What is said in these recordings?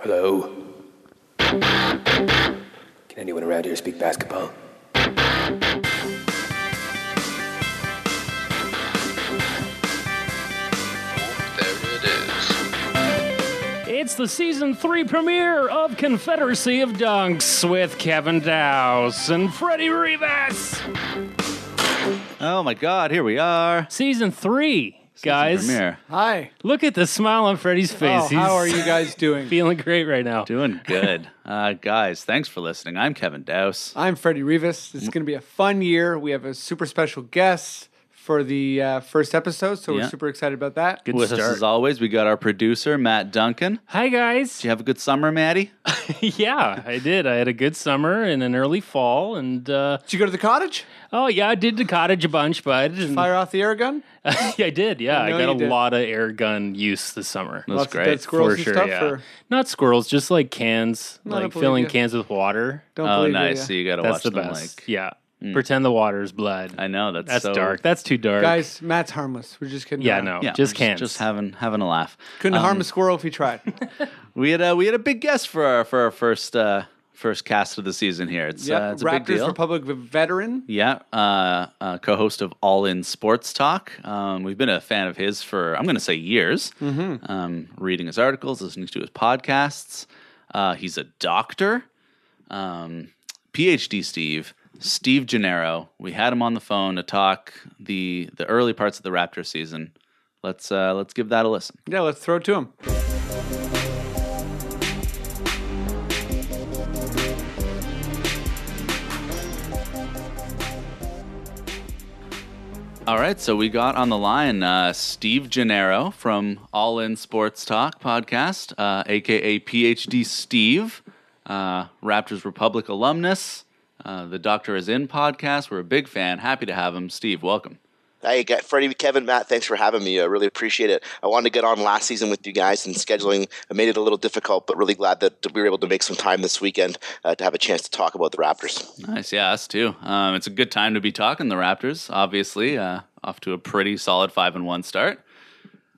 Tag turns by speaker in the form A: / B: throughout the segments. A: Hello? Can anyone around here speak basketball?
B: There it is.
C: It's the season three premiere of Confederacy of Dunks with Kevin Dowse and Freddie Rivas.
D: Oh my God! Here we are.
C: Season three, guys.
D: Premiere.
E: Hi.
C: Look at the smile on Freddie's face.
E: Oh,
C: He's
E: how are you guys doing?
C: feeling great right now.
D: Doing good, uh, guys. Thanks for listening. I'm Kevin Douse.
E: I'm Freddie Rivas. It's going to be a fun year. We have a super special guest for the uh, first episode, so
D: Yeah.
E: we're super excited about that.
C: Good
D: With us
C: start.
D: as always, we got our producer Matt Duncan.
C: Hi guys.
D: Did you have a good summer, Maddie?
C: yeah, I did. I had a good summer and an early fall, and uh,
E: Did you go to the cottage?
C: oh yeah, I did the cottage a bunch, bud.
D: Mm.
C: And-
E: Fire off the air gun?
C: yeah, I did. Yeah, I,
E: know
C: got a
E: you did.
C: lot of air gun use this summer.
D: That's
E: Lots of
D: great.
E: dead squirrels and stuff? or-
C: Not squirrels, just like cans,
E: I
C: like
E: believe
C: filling
E: you.
C: cans with water.
E: Don't
D: oh,
E: believe
D: nice. So
E: You.
D: you got to watch
C: That's the
D: them.
C: best.
D: Like, mm.
C: yeah. Pretend the water is blood.
D: I know that's,
C: That's
D: so,
C: dark. That's too dark.
E: yeah. Guys, Matt's harmless. We're just kidding.
C: yeah,
E: around.
C: no.
D: Yeah, Um,
C: just
D: we're
C: cans.
D: Just having having a laugh.
E: Couldn't harm a squirrel if he tried.
D: We had a we had a big guest for our for our first uh, first cast of the season here. It's uh,
E: yep.
D: it's a big
E: Raptors
D: deal.
E: Republic v- veteran.
D: Yeah, uh, uh, co-host of All In Sports Talk. Um, we've been a fan of his for I'm going to say years. Um, reading his articles, listening to his podcasts. Uh, he's a doctor, um, PhD. Steve Steve Gennaro. We had him on the phone to talk the the early parts of the Raptor season. Let's uh, let's give that a listen.
E: Yeah, let's throw it to him.
D: All right, so we got on the line uh, Steve Gennaro from All In Sports Talk podcast, uh, aka PhD Steve, uh, Raptors Republic alumnus. Uh, the Doctor is in podcast. We're a big fan. Happy to have him, Steve. Welcome.
F: Hey, Ga- Freddie, Kevin, Matt, thanks for having me. I really appreciate it. I wanted to get on last season with you guys, and scheduling made it a little difficult, but really glad that we were able to make some time this weekend uh, to have a chance to talk about the Raptors.
D: Nice, yeah, us too. Um, it's a good time to be talking the Raptors. Obviously, uh, off to a pretty solid five and one start.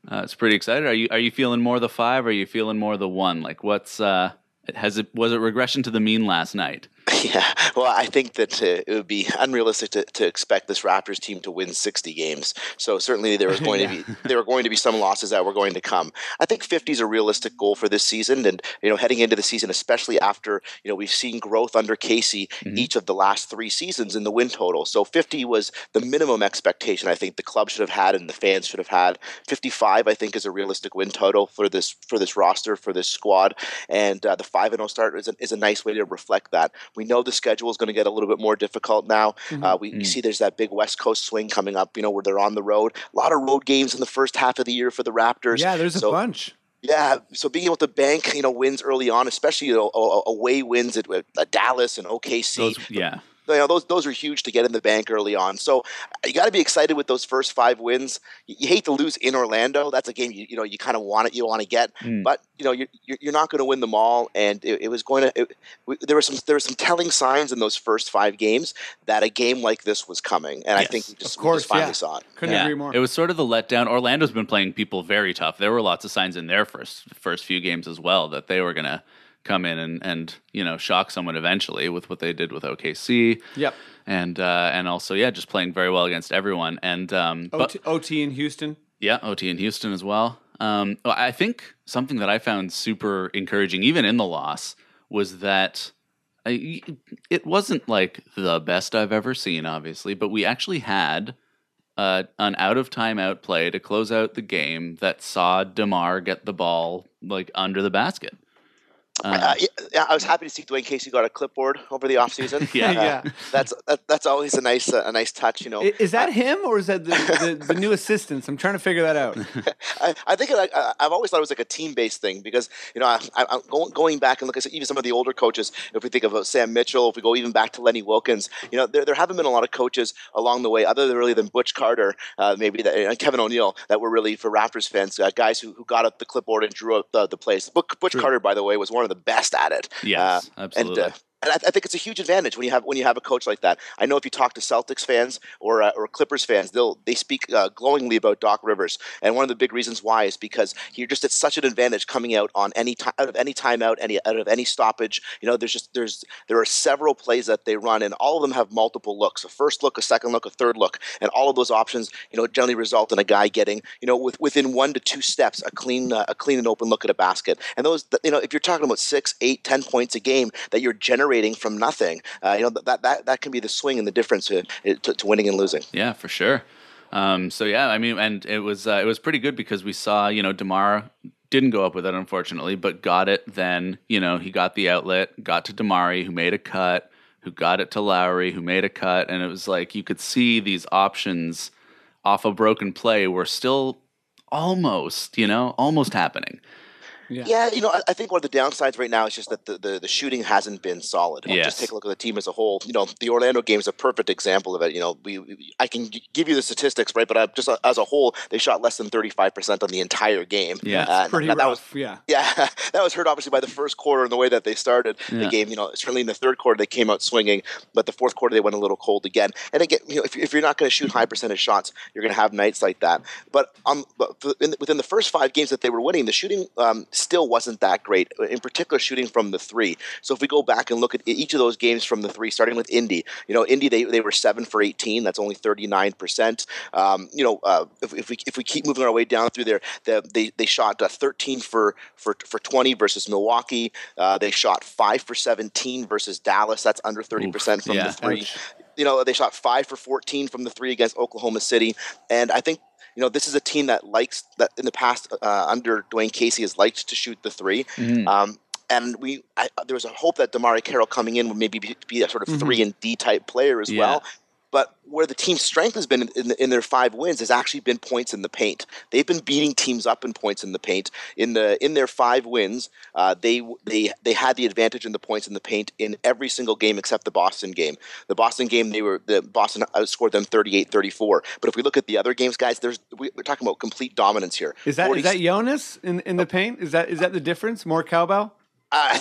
D: Uh, it's pretty excited. Are you are you feeling more the five? Or are you feeling more the one? Like, what's uh, has it was it regression to the mean last night?
F: yeah, well, I think that uh, it would be unrealistic to, to expect this Raptors team to win 60 games. So certainly there was going to be there were going to be some losses that were going to come. I think 50 is a realistic goal for this season, and you know heading into the season, especially after you know we've seen growth under Casey each of the last three seasons in the win total. So 50 was the minimum expectation I think the club should have had and the fans should have had. 55 I think is a realistic win total for this for this roster for this squad, and uh, the five and 0 start is a, is a nice way to reflect that. We know the schedule is going to get a little bit more difficult now.
E: Mm-hmm.
F: Uh, we,
D: Mm.
F: we see there's that big West Coast swing coming up. You know where they're on the road. A lot of road games in the first half of the year for the Raptors.
E: Yeah, there's a
F: So-
E: bunch.
F: yeah, so being able to bank, you know, wins early on, especially you know, a- a- away wins at, at Dallas and OKC,
D: Those, yeah.
F: you know, those those are huge to get in the bank early on. So you got to be excited with those first five wins. You, you hate to lose in Orlando. That's a game you you know you kind of want it, you want to get,
E: Mm.
F: but you know you're you're you're not going to win them all. And it, it was going to it, w- there were some there were some telling signs in those first five games that a game like this was coming, and I
D: Yes,
F: think we just,
E: of course,
F: we just finally
E: yeah.
F: saw it.
E: Couldn't
D: Yeah,
E: agree more.
D: It was sort of the letdown. Orlando's been playing people very tough. There were lots of signs in their first first few games as well that they were gonna come in and, and you know shock someone eventually with what they did with OKC.
E: Yep.
D: And uh, and also yeah, just playing very well against everyone. And um, but
E: OT, OT in Houston.
D: yeah, OT in Houston as well. Um, well, I think something that I found super encouraging, even in the loss, was that I, it wasn't like the best I've ever seen, obviously, but we actually had uh, an out of timeout play to close out the game that saw Demar get the ball like under the basket. Um,
F: Uh, yeah, I was happy to see Dwayne Casey got a clipboard over the offseason. Uh,
D: Yeah.
E: Yeah.
F: that's that, that's always a nice uh, a nice touch, you know.
E: I- Is that him or is that the, the, the new assistants? I'm trying to figure that out.
F: I, I think it, like, I, I've always thought it was like a team-based thing because you know I, I, I'm going, going back and look at even some of the older coaches. If we think of uh, Sam Mitchell, if we go even back to Lenny Wilkins, you know there, there haven't been a lot of coaches along the way other than really than Butch Carter, uh, maybe that, and Kevin O'Neal that were really for Raptors fans uh, guys who, who got up the clipboard and drew up the, the plays. Butch, Butch Carter, by the way, was one of the best at it. Uh,
D: Yes,
F: and,
D: absolutely.
F: and I, I think it's a huge advantage when you have when you have a coach like that. I know if you talk to Celtics fans or uh, or Clippers fans, they'll they speak uh, glowingly about Doc Rivers, and one of the big reasons why is because you're just at such an advantage coming out on any time out of any timeout, any out of any stoppage. You know, there's just there's there are several plays that they run, and all of them have multiple looks: a first look, a second look, a third look, and all of those options, you know, generally result in a guy getting you know with, within one to two steps a clean uh, a clean and open look at a basket. And those you know if you're talking about six, eight, ten points a game that you're generating from nothing, uh, you know that, that that can be the swing and the difference to, to, to winning and losing.
D: Yeah, for sure. Um, so yeah, I mean, and it was uh, it was pretty good because we saw you know Demar didn't go up with it unfortunately, but got it. Then you know he got the outlet, got to Damari who made a cut, who got it to Lowry who made a cut, and it was like you could see these options off a broken play were still almost you know almost happening.
F: Yeah, you know, I, I think one of the downsides right now is just that the, the, the shooting hasn't been solid. Like,
D: Yes.
F: Just take a look at the team as a whole. You know, the Orlando game is a perfect example of it. You know, we, we I can g- give you the statistics, right? But I, just uh, as a whole, they shot less than thirty five percent on the entire game.
D: Yeah.
F: Uh,
E: Pretty
F: that,
E: rough.
F: that was
E: yeah.
F: yeah, that was hurt obviously by the first quarter and the way that they started
D: Yeah.
F: the game. You know, certainly in the third quarter they came out swinging, but the fourth quarter they went a little cold again. And again, you know, if, if you're not going to shoot high percentage shots, you're going to have nights like that. But um, but for- in, within the first five games that they were winning, the shooting um, still wasn't that great. In particular, shooting from the three. So if we go back and look at e-, each of those games from the three, starting with Indy, you know, Indy they, they were seven for eighteen. That's only thirty nine percent. Um, you know, uh, if, if we if we keep moving our way down through there, the, they they shot uh, 13 for for for 20 versus Milwaukee. Uh, they shot five for 17 versus Dallas. That's under 30 percent from
D: yeah.
F: the three. You know, they shot five for 14 from the three against Oklahoma City, and I think. You know, this is a team that likes that in the past uh, under Dwayne Casey has liked to shoot the 3 Um, and we I, there was a hope that Damari Carroll coming in would maybe be, be a sort of three and D type player as
D: Yeah.
F: well. But where the team's strength has been in, in, in their five wins has actually been points in the paint. They've been beating teams up in points in the paint. In the in their five wins, uh, they they they had the advantage in the points in the paint in every single game except the Boston game. The Boston game, they were the Boston outscored them 38-34. But if we look at the other games, guys, there's we, we're talking about complete dominance here.
E: Is that
F: 40
E: is that Jonas in, in
F: Oh.
E: the paint? Is that is that the difference? More cowbell?
F: I,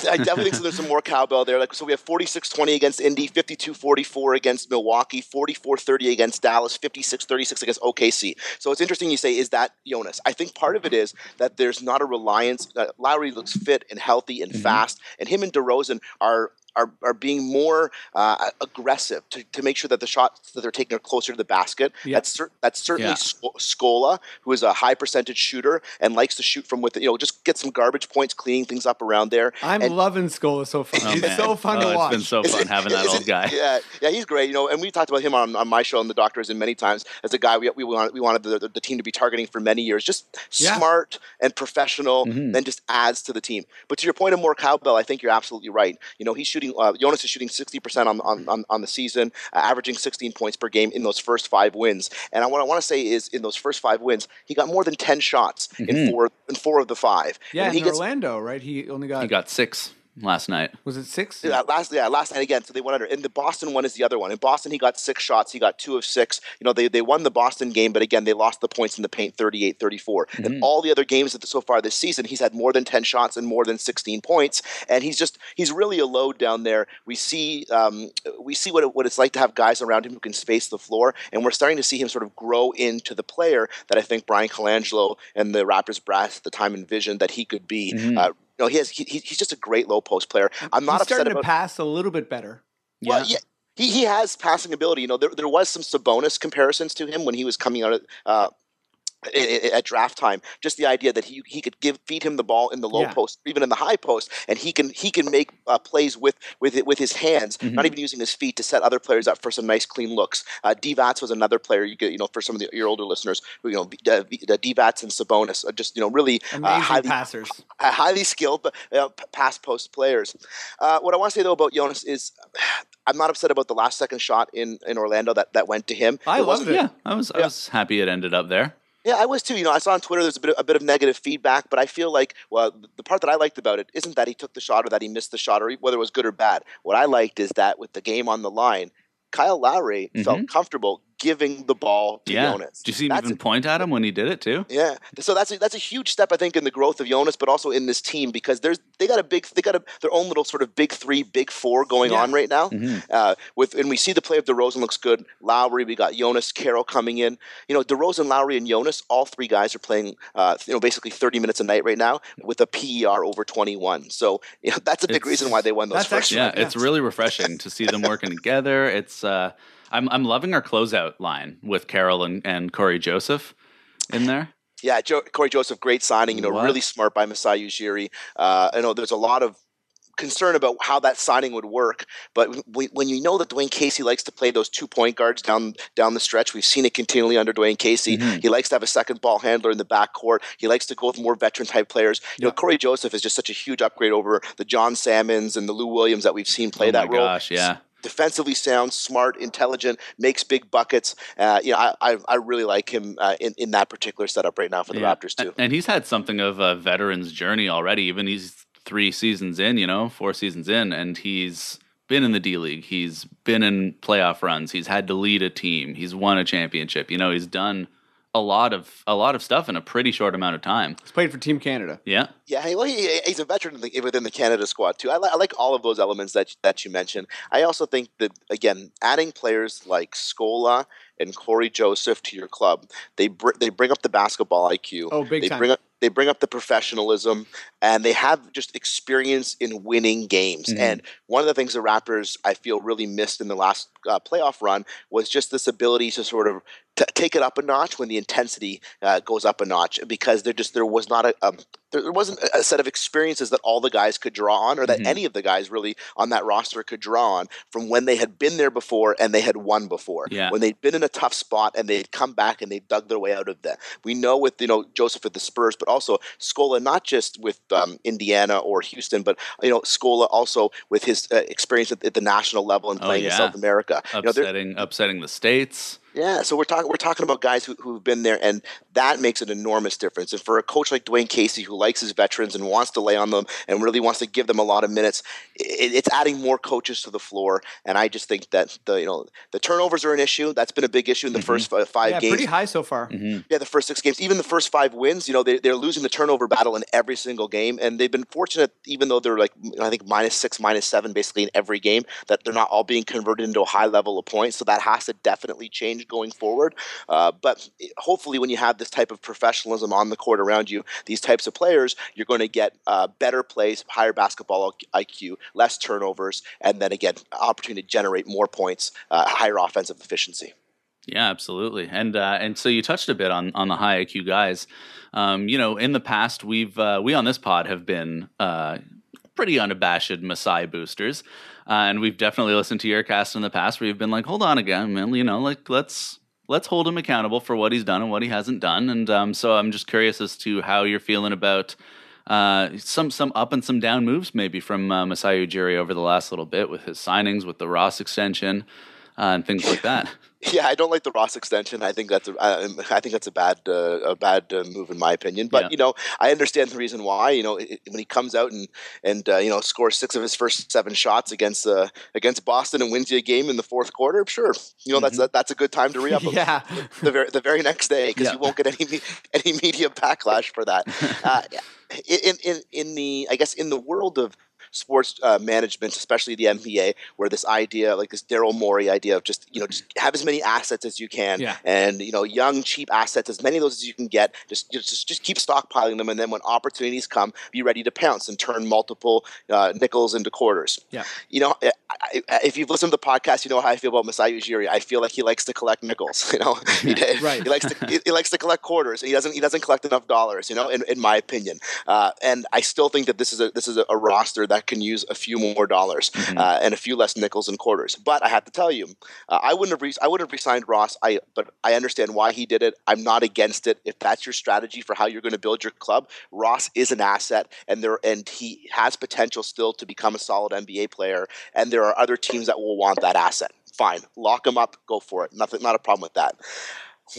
F: Uh, I definitely think so. There's some more cowbell there. Like so, we have 46-20 against Indy, 52-44 against Milwaukee, 44-30 against Dallas, 56-36 against OKC. So it's interesting you say, is that Jonas? I think part of it is that there's not a reliance. Uh, Lowry looks fit and healthy and fast, and him and DeRozan are are, are being more uh, aggressive to, to make sure that the shots that they're taking are closer to the basket.
E: Yeah.
F: That's cer- that's certainly
D: Yeah.
F: Sco- Scola, who is a high percentage shooter and likes to shoot from with you know just get some garbage points, cleaning things up around there.
E: I'm
F: And-
E: loving Scola so far.
D: Oh,
E: He's
D: man.
E: so fun
D: Oh,
E: to watch.
D: It's been so fun having that
F: Is
D: old
F: it-
D: guy.
F: Yeah, yeah, he's great. You know, and we talked about him on, on my show and the doctors and many times as a guy we we wanted, we wanted the, the, the team to be targeting for many years. Just
E: Yeah.
F: smart and professional,
D: Mm-hmm.
F: then just adds to the team. But to your point of more cowbell, I think you're absolutely right. You know, he's shooting. Uh, Jonas is shooting 60 percent on, on on on the season, uh, averaging 16 points per game in those first five wins. And I, what I want to say is, in those first five wins, he got more than 10 shots in
D: Mm-hmm.
F: four in four of the five.
E: Yeah,
F: And
E: in
F: he gets
E: Orlando, right? He only got,
D: He got six last night.
E: was it six?
F: Yeah, last yeah, last night again. So they won under. And the Boston one is the other one. In Boston, he got six shots. He got two of six. You know, they, they won the Boston game, but again, they lost the points in the paint 38 34. And all the other games that so far this season, he's had more than 10 shots and more than 16 points. And he's just, he's really a load down there. We see um, we see what, it, what it's like to have guys around him who can space the floor. And we're starting to see him sort of grow into the player that I think Brian Colangelo and the Raptors brass at the time envisioned that he could be. Uh, you know, he has, he, he- he's just a great low post player. I'm not
E: He's
F: upset
E: starting to
F: about
E: pass a little bit better.
F: well, yeah. He, he has passing ability. You know, there, there was some Sabonis comparisons to him when he was coming out of, uh, i- i- at draft time. Just the idea that he, he could give feed him the ball in the low
E: Yeah.
F: post, even in the high post, and he can he can make uh, plays with with it- with his hands,
E: Mm-hmm.
F: not even using his feet to set other players up for some nice clean looks. Uh, Devats was another player you could you know for some of the, your older listeners who you know B- uh, B- uh, Devats and Sabonis are just you know really uh,
E: Amazing
F: highly
E: passers.
F: uh, highly skilled uh, p- pass post players. Uh, what I want to say though about Jonas is, I'm not upset about the last second shot in, in Orlando that, that went to him.
E: I
F: It wasn't-
E: loved it.
D: Yeah, I was I was happy it ended up there.
F: yeah, I was too. You know, I saw on Twitter there's a bit of, a bit of negative feedback, but I feel like well, the part that I liked about it isn't that he took the shot or that he missed the shot or e, whether it was good or bad. What I liked is that with the game on the line, Kyle Lowry felt comfortable giving the ball
D: Mm-hmm.
F: to
D: yeah.
F: Jonas.
D: Do you see him
F: That's
D: even point at him when he did it too?
F: yeah, so that's a, that's a huge step I think in the growth of Jonas, but also in this team because there's they got a big they got a, their own little sort of big three, big four going on right now. Uh, with and we see the play of DeRozan looks good. Lowry, we got Jonas, Carroll coming in. You know, DeRozan, Lowry, and Jonas, all three guys are playing. Uh, you know, basically 30 minutes a night right now with a PER over 21. So you know, that's a big
D: It's-
F: reason why they won those
E: that's
F: first.
E: excellent.
D: Yeah, it's really refreshing to see them working together. It's uh, I'm I'm loving our closeout line with Carol and, and Corey Joseph in there.
F: Yeah, jo- Corey Joseph, great signing. You know,
D: What?
F: really smart by Masai Ujiri. Uh, I know there's a lot of concern about how that signing would work, but we, when you know that Dwayne Casey likes to play those two point guards down down the stretch, we've seen it continually under Dwayne Casey.
D: Mm-hmm.
F: He likes to have a second ball handler in the backcourt. He likes to go with more veteran type players. You know, Corey Joseph is just such a huge upgrade over the John Salmons and the Lou Williams that we've seen play
D: oh
F: that
D: my
F: role
D: gosh, yeah.
F: defensively sound, smart, intelligent, makes big buckets. Uh, you know, I, I, I really like him uh, in, in that particular setup right now for the
D: Yeah.
F: Raptors too.
D: A- And he's had something of a veteran's journey already. Even he's three seasons in, you know, four seasons in, and he's been in the D League. He's been in playoff runs. He's had to lead a team. He's won a championship. You know, he's done a lot of a lot of stuff in a pretty short amount of time.
E: He's played for Team Canada.
D: Yeah.
F: Yeah, hey, well, he, he's a veteran in the- within the Canada squad too. I, li- I like all of those elements that that you mentioned. I also think that again, adding players like Scola and Corey Joseph to your club, they br- they bring up the basketball IQ.
E: Oh, big
F: they
E: time.
F: Bring up, they bring up the professionalism, and they have just experience in winning games.
E: Mm-hmm.
F: And one of the things the Raptors I feel really missed in the last uh, playoff run was just this ability to sort of t- take it up a notch when the intensity uh, goes up a notch because there just there was not a um, there, there wasn't a- a set of experiences that all the guys could draw on or that
E: Mm-hmm.
F: any of the guys really on that roster could draw on from when they had been there before and they had won before
D: Yeah.
F: when they'd been in a tough spot and they'd come back and they dug their way out of that we know with you know Joseph with the Spurs but also Scola not just with um, Indiana or Houston but you know Scola also with his uh, experience at, at the national level and
D: Oh,
F: playing in
D: yeah.
F: South America you know, there-
D: Upsetting upsetting the states.
F: yeah, so we're talking we're talking about guys who, who've been there, and that makes an enormous difference. And for a coach like Dwayne Casey, who likes his veterans and wants to lay on them and really wants to give them a lot of minutes, it, it's adding more coaches to the floor. And I just think that the you know the turnovers are an issue. That's been a big issue in the
D: Mm-hmm.
F: first fi- five
E: Yeah,
F: games.
E: pretty high so far.
F: Yeah, the first six games, even the first five wins, you know, they, they're losing the turnover battle in every single game. And they've been fortunate, even though they're like, I think, minus six, minus seven basically in every game, that they're not all being converted into a high level of points. So that has to definitely change going forward. Uh, but hopefully, when you have this type of professionalism on the court around you, these types of players, you're going to get uh, better plays, higher basketball IQ, less turnovers, and then again, opportunity to generate more points, uh, higher offensive efficiency.
D: Yeah, absolutely. And uh, and so you touched a bit on on the high IQ guys. Um, you know, in the past, we've uh, we on this pod have been uh, pretty unabashed Maasai boosters, uh, and we've definitely listened to your cast in the past where you've been like, hold on again, man. You know, like let's let's hold him accountable for what he's done and what he hasn't done. And um, so I'm just curious as to how you're feeling about. Uh, some some up and some down moves maybe from uh, Masai Ujiri over the last little bit with his signings with the Ross extension uh, and things like that.
F: Yeah, I don't like the Ross extension. I think that's a, I, I think that's a bad uh, a bad uh, move in my opinion. But
D: Yeah.
F: you know, I understand the reason why. You know, it, when he comes out and and uh, you know scores six of his first seven shots against uh, against Boston and wins you a game in the fourth quarter, sure, you know that's a, that's a good time to re up.
E: Yeah.
F: the very the very next day because
D: Yeah.
F: you won't get any me- any media backlash for that. Uh, in in in the I guess in the world of sports uh, management, especially the NBA, where this idea like this Daryl Morey idea of just you know just have as many assets as you can
E: Yeah.
F: and you know young cheap assets as many of those as you can get just just just keep stockpiling them and then when opportunities come be ready to pounce and turn multiple uh, nickels into quarters
E: Yeah.
F: you know, I, I, if you've listened to the podcast, you know how I feel about Masai Ujiri. I feel like he likes to collect nickels. You know, he,
E: Right.
F: he likes to he, he likes to collect quarters. He doesn't he doesn't collect enough dollars. You know, in, in my opinion, uh, and I still think that this is a this is a, a roster that can use a few more dollars
D: Mm-hmm.
F: uh, and a few less nickels and quarters. But I have to tell you, uh, I wouldn't have re- I wouldn't have resigned Ross. I but I understand why he did it. I'm not against it. If that's your strategy for how you're going to build your club, Ross is an asset, and there and he has potential still to become a solid NBA player. And there are other teams that will want that asset. Fine, lock him up. Go for it. Nothing. Not a problem with that.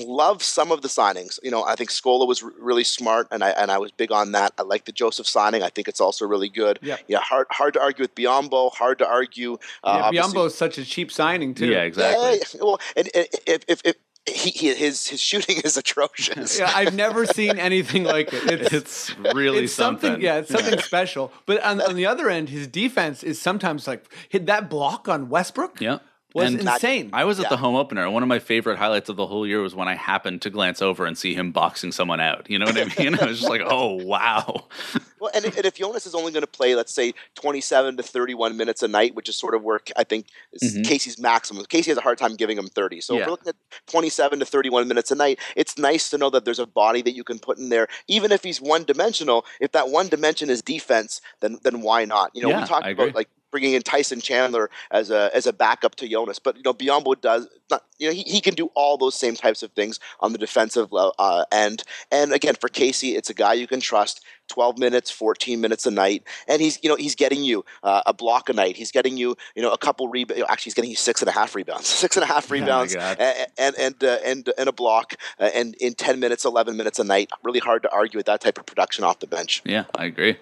F: love some of the signings. You know, I think Scola was r- really smart, and I and I was big on that. I like the Joseph signing. I think it's also really good.
E: Yep.
F: Yeah, hard hard to argue with Biombo. Hard to argue. uh,
E: Yeah,
F: obviously-
E: Biombo's such a cheap signing too.
D: Yeah, exactly.
F: Yeah, yeah. Well, and, and if, if, if he, he, his his shooting is atrocious.
E: Yeah, I've never seen anything like it. It's,
D: It's really
E: it's something, Yeah, it's something special. But on, on the other end, his defense is sometimes like hit that block on Westbrook.
D: Yeah.
E: was
D: And-
E: insane.
D: I was at the home opener. One of my favorite highlights of the whole year was when I happened to glance over and see him boxing someone out. You know what I mean? I was just like, oh, wow.
F: Well, and, if- and if Jonas is only going to play, let's say, 27 to 31 minutes a night, which is sort of where I think is Casey's maximum. Casey has a hard time giving him 30. So if
D: Mm-hmm. Yeah.
F: we're looking at 27 to 31 minutes a night, it's nice to know that there's a body that you can put in there, even if he's one dimensional. If that one dimension is defense, then then why not? You know,
D: Yeah,
F: we talked
D: I agree.
F: about like bringing in Tyson Chandler as a as a backup to Jonas, but you know, Biombo does not. You know, he, he can do all those same types of things on the defensive le- uh, end. And again, for Casey, it's a guy you can trust. 12 minutes, 14 minutes a night, and he's you know he's getting you uh, a block a night. He's getting you you know a couple rebounds. Actually, he's getting you six and a half rebounds, six and a half rebounds,
D: God.
F: a- and and uh, and and a block, uh, and in 10 minutes, 11 minutes a night. Really hard to argue with that type of production off the bench.
D: Yeah, I agree.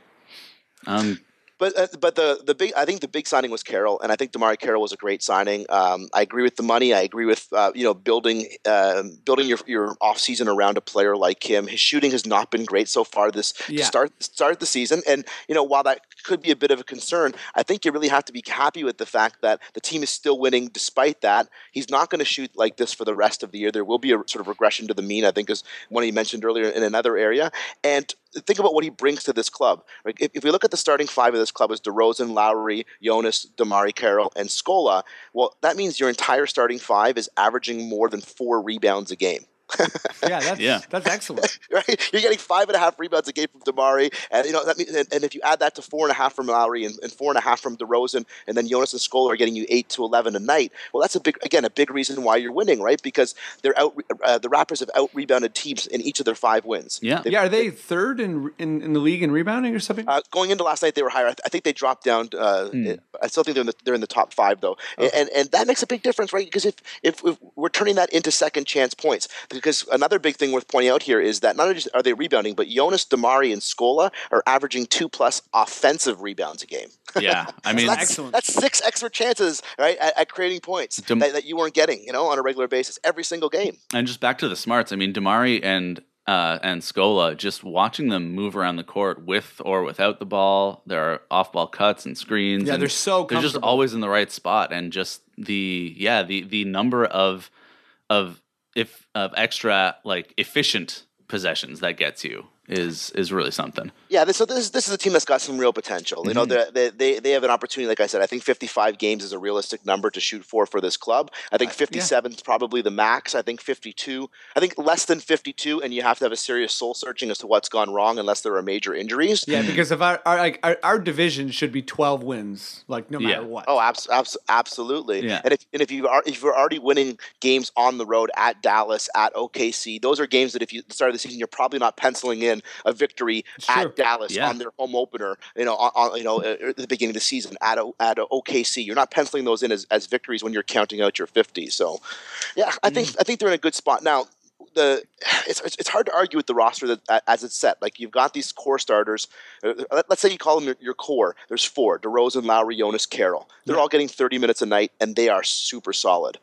D: Um,
F: But uh, but the the big I think the big signing was Carroll, and I think Damari Carroll was a great signing. Um, I agree with the money. I agree with uh, you know building um building your your off season around a player like him. His shooting has not been great so far this
E: Yeah.
F: to start start the season, and you know while that could be a bit of a concern, I think you really have to be happy with the fact that the team is still winning despite that. He's not going to shoot like this for the rest of the year. There will be a sort of regression to the mean. I think is one he mentioned earlier in another area, and think about what he brings to this club. Like, if, if we look at the starting five of this club as DeRozan, Lowry, Jonas, Damari Carroll, and Scola, well, that means your entire starting five is averaging more than four rebounds a game.
E: Yeah, that's
D: Yeah.
E: that's excellent.
F: Right? You're getting five and a half rebounds a game from Damari, and you know that means, and, and if you add that to four and a half from Lowry and, and four and a half from DeRozan, and then Jonas and Scola are getting you eight to eleven a night. Well, that's a big again a big reason why you're winning, right? Because they're out uh, the Raptors have out rebounded teams in each of their five wins.
D: yeah.
E: Yeah, are they third in, in in the league in rebounding or something?
F: Uh, going into last night, they were higher. I, th- I think they dropped down. Uh, I still think they're in the, they're in the top five though, and, and and that makes a big difference, right? Because if, if if we're turning that into second chance points, because another big thing worth pointing out here is that not only just are they rebounding, but Jonas, Damari, and Scola are averaging two plus offensive rebounds a game.
D: Yeah. I mean,
F: That's,
E: Excellent.
F: that's six extra chances, right, at, at creating points
D: Dam-
F: that, that you weren't getting, you know, on a regular basis every single game.
D: and just back to the smarts. I mean, Damari and uh, and Scola, just watching them move around the court with or without the ball. There are off ball cuts and screens.
E: Yeah,
D: and
E: they're so
D: they're just
E: comfortable.
D: always in the right spot, and just the yeah the the number of of if of extra like efficient possessions that gets you is is really something.
F: Yeah, this, so this this is a team that's got some real potential. You know, they're- they, they they have an opportunity. Like I said, I think 55 games is a realistic number to shoot for for this club. I think 57 is probably the max. I think 52. I think less than 52, and you have to have a serious soul searching as to what's gone wrong, unless there are major injuries.
E: yeah, because if our our, like, our our division should be twelve wins, like no matter
D: Yeah.
E: what.
F: Oh, abs- abs- absolutely.
D: Yeah.
F: And if and if you are if you're already winning games on the road at Dallas, at OKC, those are games that if you at the start of the season, you're probably not penciling in a victory
E: Sure.
F: at Dallas
D: Yeah.
F: on their home opener. You know, on, on you know uh, at the beginning of the season at O- at OKC, you're not penciling those in as, as victories when you're counting out your 50. So, yeah, I think I think they're in a good spot now. The it's it's it's hard to argue with the roster that as it's set. Like you've got these core starters. Uh, let- Let's say you call them your, your core. There's four: DeRozan, Lowry, Jonas, Carroll. They're all getting 30 minutes a night, and they are super solid.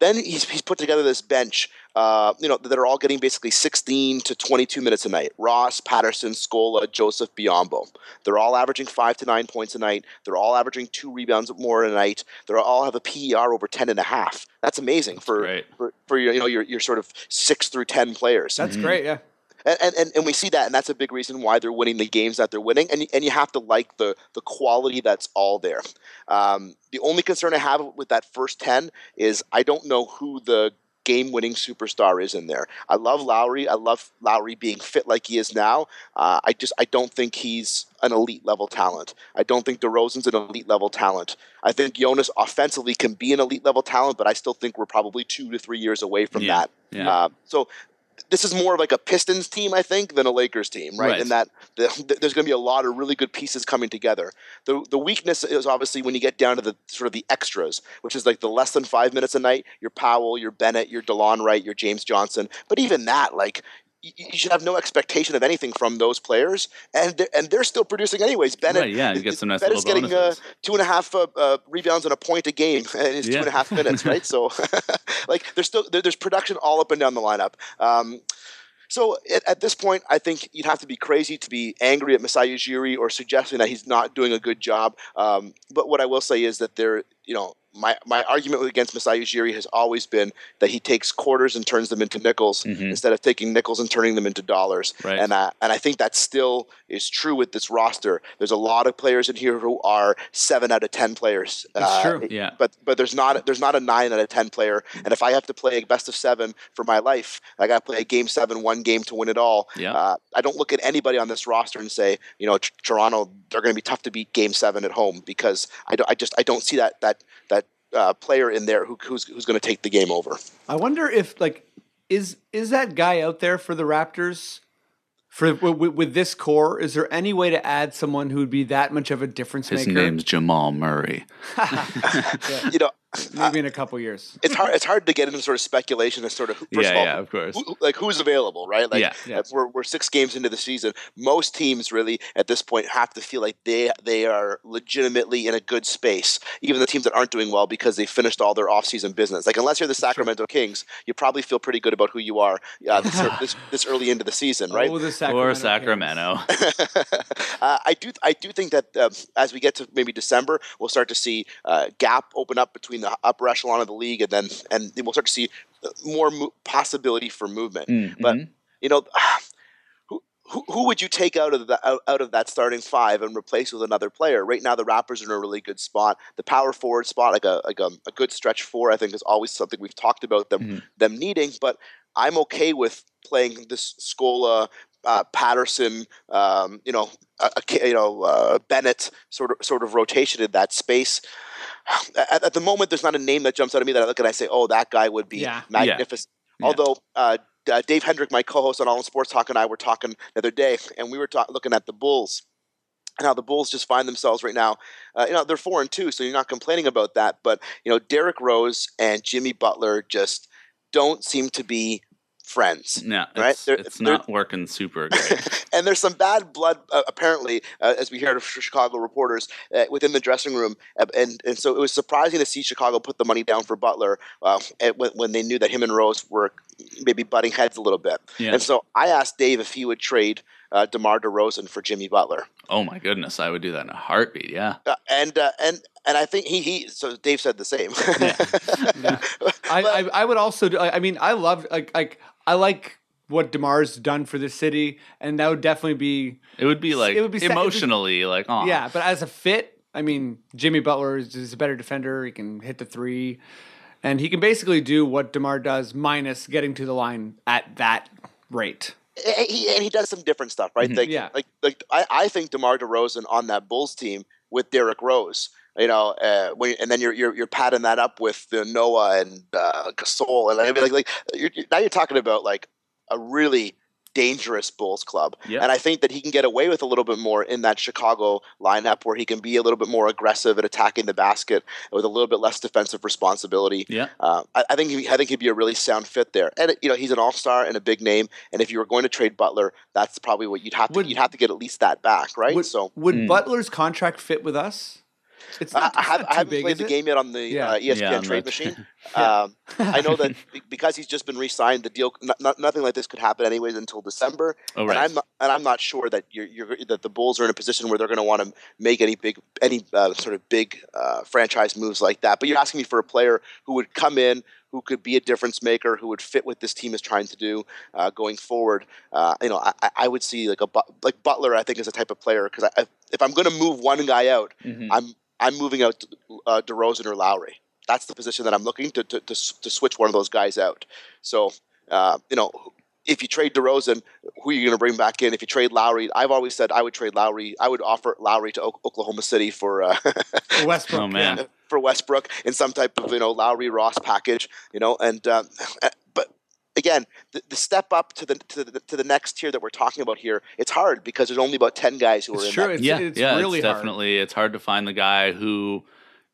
F: Then he's he's put together this bench. Uh, you know that are all getting basically 16 to 22 minutes a night. Ross, Patterson, Scola, Joseph, Biombo. They're all averaging five to nine points a night. They're all averaging two rebounds more a night. They all have a PER over 10 and a half. That's amazing for
D: great.
F: for, for your, you know your, your sort of six through ten players.
E: that's
D: Mm-hmm.
E: great. Yeah,
F: and, and- and and we see that, and that's a big reason why they're winning the games that they're winning. And you- and you have to like the the quality that's all there. Um, the only concern I have with that first ten is I don't know who the game winning superstar is in there. I love Lowry. I love Lowry being fit like he is now. Uh, I just I don't think he's an elite level talent. I don't think DeRozan's an elite level talent. I think Jonas offensively can be an elite level talent, but I still think we're probably two to three years away from
D: Yeah.
F: that.
D: Yeah.
F: Uh, so this is more of like a Pistons team, I think, than a Lakers team, right?
D: Right.
F: And that the, th- there's going to be a lot of really good pieces coming together. The the weakness is obviously when you get down to the sort of the extras, which is like the less than five minutes a night. Your Powell, your Bennett, your DeLon Wright, your James Johnson. But even that, like. y- You should have no expectation of anything from those players, and they're, and they're still producing anyways. Bennett,
D: Right, yeah, you get some nice
F: Bennett's
D: little
F: getting uh,
D: bonuses.
F: two and a half uh, uh, rebounds and a point a game in his
D: Yeah.
F: two and a half minutes, right? So, like, there's still there, there's production all up and down the lineup. Um, so at, at this point, I think you'd have to be crazy to be angry at Masai Ujiri or suggesting that he's not doing a good job. Um, but what I will say is that there, you know, my, my argument against Masai Ujiri has always been that he takes quarters and turns them into nickels
D: Mm-hmm.
F: instead of taking nickels and turning them into dollars.
D: Right.
F: And I, and I think that still is true with this roster. There's a lot of players in here who are seven out of ten players. That's
E: true.
D: Yeah.
F: But but there's not there's not a nine out of ten player. And if I have to play a best of seven for my life, I got to play a game seven, one game to win it all.
D: Yeah.
F: Uh, I don't look at anybody on this roster and say, you know, T- Toronto, they're going to be tough to beat game seven at home because I, don't, I just I don't see that that that uh, player in there who, who's who's going to take the game over.
E: I wonder if like is is that guy out there for the Raptors for with, with this core? Is there any way to add someone who would be that much of a
F: uh,
E: difference
D: His
E: maker?
D: name's Jamal Murray.
F: You know,
E: Maybe in a couple years.
F: it's hard it's hard to get into sort of speculation as sort of first
D: Yeah,
F: of all,
D: yeah, of course.
F: who- like who's available, right? Like
D: Yeah.
E: Yeah.
F: We're, we're six games into the season. Most teams really at this point have to feel like they they are legitimately in a good space. Even the teams that aren't doing well because they finished all their offseason business. Like unless you're the Sacramento Kings, you probably feel pretty good about who you are uh, this, this this early into the season, right?
E: Oh, the Sacramento
D: Or
E: Kings.
D: Sacramento.
F: uh, I do I do think that um, as we get to maybe December, we'll start to see uh, gap open up between the upper echelon of the league, and then and we'll start to see uh, more mo- possibility for movement.
D: Mm-hmm.
F: But you know. who who- Who would you take out of the, out, out of that starting five and replace with another player? Right now, the Raptors are in a really good spot. The power forward spot, like a like a, a good stretch four, I think is always something we've talked about them them needing. But I'm okay with playing this Scola, uh, Patterson, um, you know, a, a- you know uh, Bennett sort of sort of rotation in that space. At, at the moment, there's not a name that jumps out at me that I look at and I say, "Oh, that guy would be
E: Yeah.
F: magnificent." Although uh, D- uh, Dave Hendrick, my co-host on All in Sports Talk, and I were talking the other day, and we were ta- looking at the Bulls and how the Bulls just find themselves right now. Uh, you know, they're four and two, so you're not complaining about that. But you know, Derrick Rose and Jimmy Butler just don't seem to be friends.
D: No, it's,
F: Right? They're-
D: it's
F: they're-
D: not working super great.
F: and there's some bad blood uh, apparently uh, as we heard of chicago reporters uh, within the dressing room uh, and, and so it was surprising to see chicago put the money down for butler uh, at- when, when they knew that him and rose were maybe butting heads a little bit
D: Yeah.
F: and so i asked dave if he would trade uh, DeMar DeRozan for Jimmy Butler,
D: oh my goodness, I would do that in a heartbeat. Yeah.
F: uh, and uh, and and I think he he. So Dave said the same.
E: I, I I would also. Do, I I mean, I love like like I like what Demar's done for the city, and that would definitely be
D: It would be like
E: It would be sa- it would-
D: emotionally like oh
E: yeah. But as a fit, I mean, Jimmy Butler is, is a better defender. He can hit the three, and he can basically do what Demar does, minus getting to the line at that rate.
F: and he, and he does some different stuff, right? Like,
E: Yeah.
F: like, like I, I think DeMar DeRozan on that Bulls team with Derrick Rose, you know, uh, when, and then you're, you're you're padding that up with the Noah and uh, Gasol, and I mean, like, like you're, you're- now you're talking about like a really dangerous Bulls club,
D: Yeah.
F: and I think that he can get away with a little bit more in that Chicago lineup where he can be a little bit more aggressive at attacking the basket with a little bit less defensive responsibility.
D: Yeah.
F: Uh, I, I think he, I think he'd be a really sound fit there, and you know he's an all star and a big name. And if you were going to trade Butler, that's probably what you'd have to
E: Would-
F: you'd have to get at least that back, right?
E: Would,
F: so
E: would
D: Hmm.
E: Butler's contract fit with us? It's
F: I,
E: not,
F: I
E: it's
F: have,
E: not
F: I
E: too
F: haven't
E: big,
F: played
E: is
F: the
E: it?
F: game yet on the
E: Yeah.
F: uh, ESPN
D: Yeah, on
F: trade
D: that.
F: machine. um, I know that be- because he's just been re-signed, the deal. no- no- nothing like this could happen anyways until December.
D: Oh,
F: and
D: right.
F: I'm not, and I'm not sure that you're, you're that the Bulls are in a position where they're going to want to make any big any uh, sort of big uh, franchise moves like that. But you're asking me for a player who would come in. Who could be a difference maker? Who would fit what this team is trying to do uh, going forward? Uh, you know, I, I- I would see like a Bu- like Butler. I think is a type of player because I, I, if I'm going to move one guy out,
D: Mm-hmm.
F: I'm I'm moving out uh, DeRozan or Lowry. That's the position that I'm looking to to, to, s- to switch one of those guys out. So uh, you know, if you trade DeRozan, who are you going to bring back in? If you trade Lowry, I've always said I would trade Lowry. I would offer Lowry to O- Oklahoma City for uh,
E: Westbrook.
D: Oh man.
E: yeah.
F: for Westbrook in some type of you know Lowry Ross package. You know, and uh, um, but again, the, the step up to the, to the to the next tier that we're talking about here, it's hard because there's only about ten guys who are
E: It's
F: in
E: true.
F: that.
E: It's,
D: yeah,
E: it's
D: yeah,
E: really
D: it's
E: hard.
D: definitely it's hard to find the guy who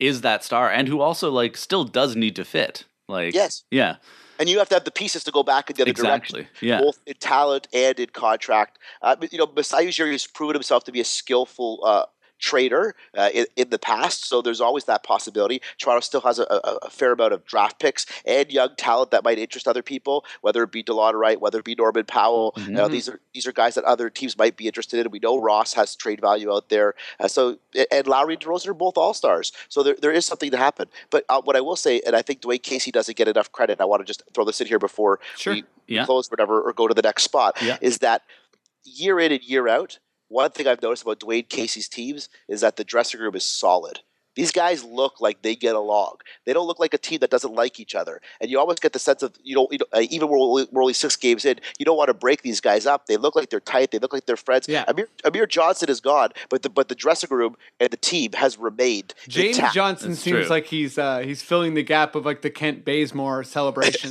D: is that star and who also like still does need to fit. Like
F: Yes.
D: yeah,
F: and you have to have the pieces to go back in the other
D: exactly,
F: direction.
D: yeah.
F: Both in talent and in contract. Uh, but, you know, Masai Ujiri has proven himself to be a skillful uh, trader uh, in, in the past, so there's always that possibility. Toronto still has a, a, a fair amount of draft picks and young talent that might interest other people, whether it be Delon Wright, whether it be Norman Powell.
D: Mm-hmm.
F: You know, these are these are guys that other teams might be interested in. We know Ross has trade value out there, uh, so and Lowry and DeRozan are both all stars, so there, there is something to happen. But uh, what I will say, and I think Dwayne Casey doesn't get enough credit. I want to just throw this in here before
E: Sure.
F: we
D: Yeah.
F: close whatever or go to the next spot
D: Yeah.
F: is that year in and year out, one thing I've noticed about Dwayne Casey's teams is that the dressing room is solid. These guys look like they get along. They don't look like a team that doesn't like each other. And you always get the sense of you know, you know uh, even we're only, we're only six games in, you don't want to break these guys up. They look like they're tight. They look like they're friends.
E: Yeah.
F: Amir, Amir Johnson is gone, but the but the dressing room and the team has remained
E: James
F: intact.
E: Johnson
D: That's
E: seems
D: true.
E: like he's uh, he's filling the gap of like the Kent Bazemore celebration.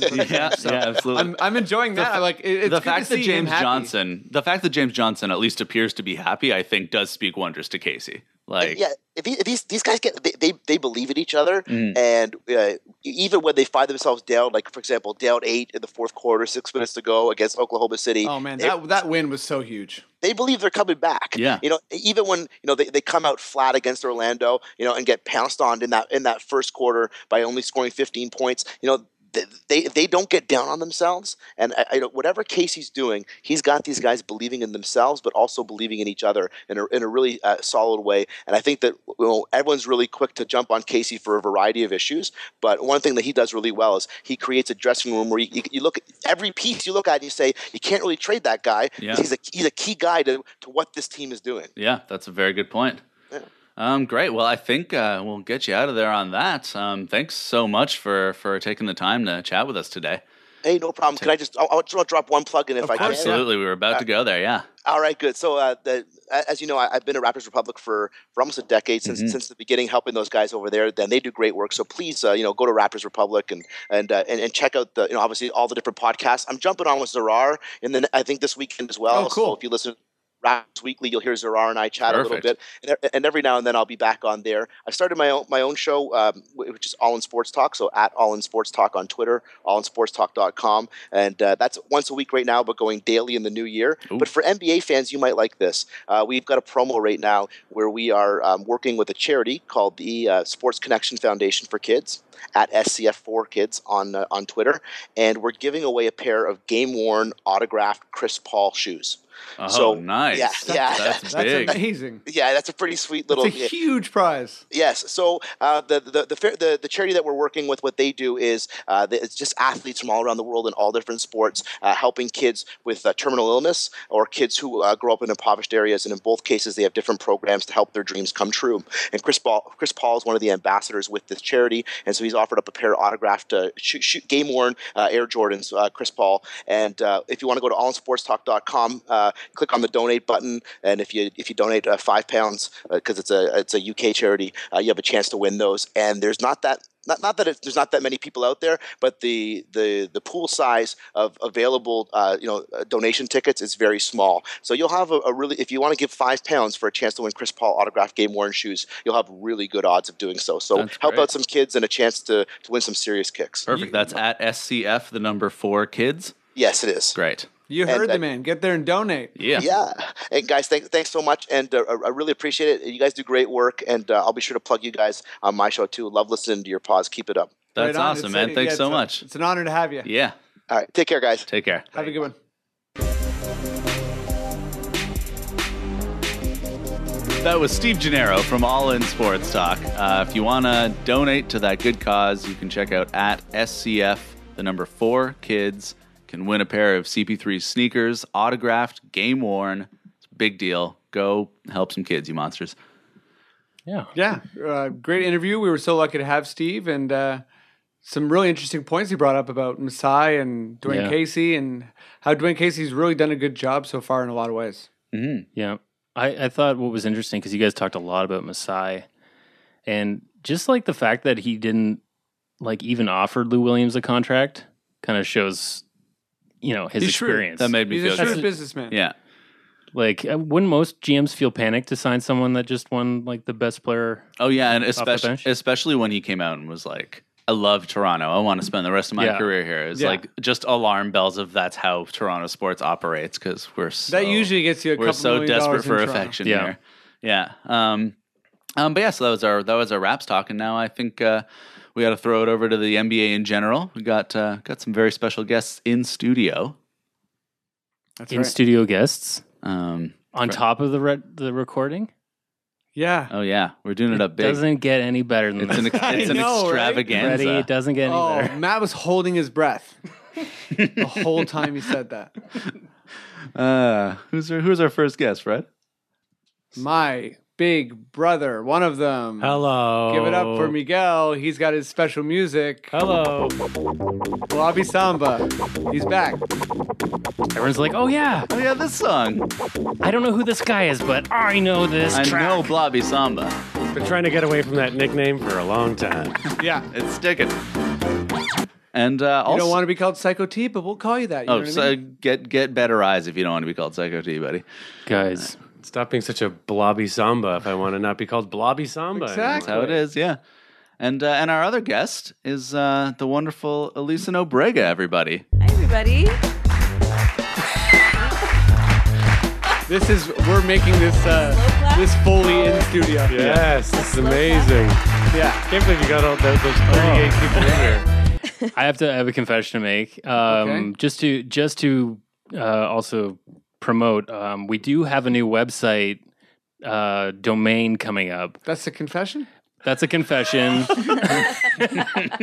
E: for the
D: yeah,
E: Kings, so
D: yeah, absolutely.
E: I'm, I'm enjoying that. I like it, it's
D: the
E: good
D: fact
E: to
D: that
E: see him
D: James
E: happy.
D: Johnson, the fact that James Johnson at least appears to be happy, I think does speak wonders to Casey. Like,
F: yeah, if, he- if these these guys get they, they, they believe in each other, and uh, even when they find themselves down, like for example, down eight in the fourth quarter, six minutes to go against Oklahoma City.
E: Oh man,
F: they,
E: that that win was so huge.
F: they believe they're coming back.
D: Yeah.
F: you know, even when you know they, they come out flat against Orlando, you know, and get pounced on in that in that first quarter by only scoring 15 points, you know. th- They, they don't get down on themselves, and I, I, don't- whatever Casey's doing, he's got these guys believing in themselves, but also believing in each other in a, in a really uh, solid way. And I think that you know, everyone's really quick to jump on Casey for a variety of issues, but one thing that he does really well is he creates a dressing room where you, you, you look every piece you look at, and you say you can't really trade that guy.
D: Yeah.
F: He's a he's a key guy to, to what this team is doing.
D: yeah, that's a very good point. Um, great. Well, I think uh, we'll get you out of there on that. Um, thanks so much for for taking the time to chat with us today.
F: Hey, no problem. Can I just I'll, I'll just drop one plug in if I can?
D: Absolutely, we were about to go there. Yeah.
F: All right, good. So, uh, the, as you know, I, I've been at Raptors Republic for, for almost a decade since
E: Mm-hmm.
F: since the beginning, helping those guys over there. Then they do great work. So please, uh, you know, go to Raptors Republic and and, uh, and and check out the you know obviously all the different podcasts. I'm jumping on with Zarar, and then I think this weekend as well.
E: Oh, cool.
F: So if you listen. to Raptors Weekly, you'll hear Zarar and I chat a little
D: Perfect.
F: bit, and, e, and every now and then I'll be back on there. I started my own my own show, um, wh- which is All in Sports Talk, so at All in Sports Talk on Twitter, allinsportstalk.com, and uh, that's once a week right now, but going daily in the new year.
D: Ooh.
F: But for NBA fans, you might like this. Uh, we've got a promo right now where we are um, working with a charity called the uh, Sports Connection Foundation for Kids at SCF4Kids on uh, on Twitter, and we're giving away a pair of game worn autographed Chris Paul shoes.
D: Oh,
F: So,
D: nice.
F: yeah, yeah.
D: That's,
E: That's
D: big.
E: amazing.
F: Yeah, that's a pretty sweet little.
E: It's a huge prize.
F: Yes. So uh, the, the, the, fair- the the charity that we're working with, what they do is uh, the, it's just athletes from all around the world in all different sports, uh, helping kids with uh, terminal illness or kids who uh, grow up in impoverished areas. And in both cases, they have different programs to help their dreams come true. And Chris Paul, Chris Paul is one of the ambassadors with this charity, and so he's offered up a pair of autographed, uh, shoot, shoot, game worn uh, Air Jordans, uh, Chris Paul. And uh, if you want to go to allinsportstalk.com, uh, click on the donate button, and if you if you donate uh, five pounds because it's a it's a UK charity, uh, you have a chance to win those. And there's not that. Not, not that it, there's not that many people out there, but the the, the pool size of available uh, you know uh, donation tickets is very small. So you'll have a, a really if you want to give five pounds for a chance to win Chris Paul autographed game worn shoes, you'll have really good odds of doing so. So
D: That's
F: help
D: great.
F: out some kids and a chance to, to win some serious kicks.
D: Perfect. That's at SCF, the number four kids.
F: Yes, it is.
D: Great.
E: You
F: And
E: heard the
F: that-
E: man. Get there and donate.
D: Yeah.
F: Yeah. And guys, thank, thanks so much. And uh, I I really appreciate it. You guys do great work. And uh, I'll be sure to plug you guys on my show too. Love listening to your paws. Keep it up.
D: That's
E: Right on.
D: awesome,
E: It's-
D: man.
E: yeah,
D: Thanks
E: it's
D: so
E: a-
D: much.
E: It's an honor to have you.
D: yeah.
F: All right. Take care, guys.
D: Take care.
E: Have a good one.
D: That was Steve Gennaro from All In Sports Talk. Uh, if you want to donate to that good cause, you can check out at SCF, the number four kids can win a pair of CP3 sneakers, autographed, game worn. It's a big deal. Go help some kids, you monsters.
C: Yeah.
E: Yeah, uh, great interview. We were so lucky to have Steve and uh, some really interesting points he brought up about Masai and Dwayne
C: Yeah.
E: Casey and how Dwayne Casey's really done a good job so far in a lot of ways.
F: Mm-hmm.
C: Yeah. I, I thought what was interesting because you guys talked a lot about Masai and just like the fact that he didn't like even offer Lou Williams a contract kind of shows you know his
E: He's shrewd.
C: experience.
D: That made me
E: He's a
D: feel
E: shrewd
D: good.
E: businessman.
D: Yeah.
C: like uh, wouldn't most GMs feel panicked to sign someone that just won like the best player?
D: Oh yeah, and
C: the
D: especially
C: bench.
D: especially when he came out and was like, "I love Toronto. I want to spend the rest of my
C: Yeah.
D: career here." It's
E: Yeah.
D: like just alarm bells of that's how Toronto sports operates because we're so,
E: That usually gets you a
D: we're
E: couple
D: so
E: million
D: desperate
E: dollars in
D: for
E: Toronto.
D: affection
C: Yeah.
D: here. Yeah. Um, um, but yeah, so that was our that was our wraps talk, and now I think uh, we got to throw it over to the NBA in general. We got uh, got some very special guests in studio.
E: That's
C: In
E: right.
C: studio guests
D: Um,
C: on
D: Right.
C: top of the re- the recording
E: yeah.
D: oh yeah, we're doing it up big.
C: doesn't get any better than
D: it's an
C: this.
D: ex- it's an
E: I know, right?
D: extravaganza.
C: Freddie, it doesn't get any
E: Oh,
C: better.
E: Matt was holding his breath the whole time he said that.
D: Uh, who's our, who's our first guest, Fred?
E: My big brother, one of them.
G: Hello.
E: Give it up for Miguel. He's got his special music.
G: Hello.
E: Lobby Samba. He's back.
C: Everyone's like, "Oh yeah,
D: Oh yeah, this song.
C: I don't know who this guy is, but I know this
D: I
C: track."
D: know Blobby Samba.
G: Been trying to get away from that nickname for a long time.
E: Yeah.
D: It's sticking. And uh,
E: You
D: also,
E: don't want to be called Psycho T, but we'll call you that. You know
D: oh,
E: what I
D: so
E: mean?
D: get get better eyes if you don't want to be called Psycho T, buddy.
C: Guys,
G: Stop being such a blobby samba if I want to not be called blobby samba. anymore.
D: That's how it is, yeah. And uh, and our other guest is uh, the wonderful Elisa Nobrega. Everybody,
H: Hi, everybody.
E: This is we're making this uh,
H: clap?
E: this fully in studio.
G: Yes, this is amazing.
E: Yeah.
G: Can't believe you got all those, those
E: Oh.
G: 38 people in here.
C: I have to I have a confession to make. Um,
E: Okay.
C: Just to just to uh, also promote, um, we do have a new website uh, domain coming up.
E: That's a confession.
C: That's a confession.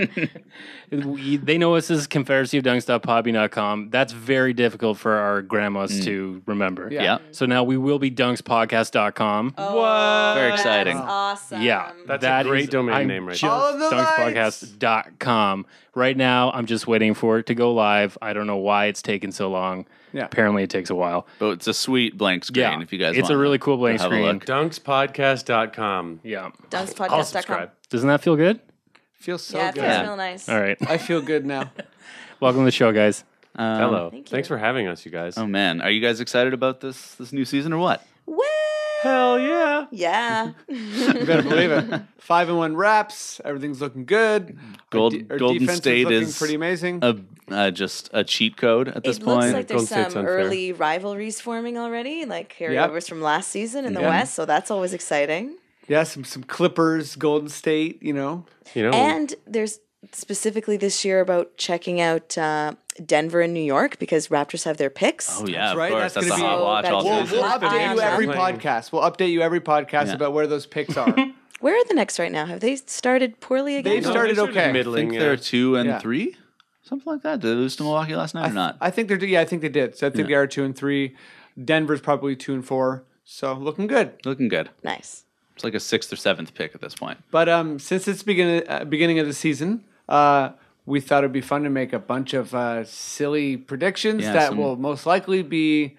C: we, they know us as confederacyofdunks.podbean.com. That's very difficult for our grandmas to remember.
E: Yeah.
D: yeah,
C: So now we will be dunkspodcast.com.
H: Oh,
D: very
H: that's
D: exciting.
H: Awesome.
C: Yeah,
G: That's a great domain name right
E: there. All of the
C: dunkspodcast.com. Right now, I'm just waiting for it to go live. I don't know why it's taken so long.
E: Yeah.
C: Apparently, it takes a while.
D: but it's a sweet blank screen.
C: Yeah,
D: if you guys,
C: it's
D: want
C: a really cool blank
D: to have a
C: screen.
D: look.
G: Dunkspodcast.com.
C: Yeah.
G: I'll
H: Dunkspodcast.com.
G: subscribe.
C: Doesn't that feel good?
E: Feels so
H: Yeah, it
E: good.
H: feels
D: Yeah.
H: real nice.
C: All right.
E: I feel good now.
C: Welcome to the show, guys.
D: Um,
G: Hello.
H: Thank
G: Thanks
H: you.
G: for having us, you guys.
E: Um,
D: Oh man, are you guys excited about this this new season or what?
H: Woo!
G: Hell yeah.
H: Yeah.
E: You better believe it. Five and one wraps. Everything's looking good.
D: Gold-
E: de-
D: Golden
E: defense
D: State
E: looking
D: is
E: pretty amazing.
D: A, uh, just a cheat code at this
H: it
D: point.
H: looks like there's
G: Golden State's
H: some
G: unfair.
H: early rivalries forming already, like carryovers from last season in the
E: Yeah.
H: West, so that's always exciting.
E: yeah, some some Clippers, Golden State. You know,
G: You know,
H: And there's specifically this year about checking out uh, Denver and New York because Raptors have their picks.
D: Oh yeah,
E: That's
D: of
E: right,
D: course. That's,
E: that's
D: a
E: gonna
D: hot
H: be-
D: watch.
H: Oh,
D: all
H: that's
E: we'll,
H: We'll-
D: season.
H: we'll
E: update
H: update
E: you
H: you
E: every
G: playing.
E: podcast. We'll update you every podcast
D: Yeah.
E: about where those picks are.
H: Where are the next right now? Have they started poorly again?
E: They've
G: no,
E: started
G: they're sort of
E: okay.
D: I
G: Middling.
D: think
G: yeah.
D: they're two and
E: uh, Yeah.
D: three, something like that. Did they lose to Milwaukee last night or not?
E: I think they're yeah, I think they did. So I think they are two and three. Denver's probably two and four. So looking good.
D: Looking good.
H: nice.
D: It's like a sixth or seventh pick at this point.
E: But um, since it's beginning uh, beginning of the season, uh, we thought it'd be fun to make a bunch of uh, silly predictions
D: Yeah,
E: that
D: some-
E: will most likely be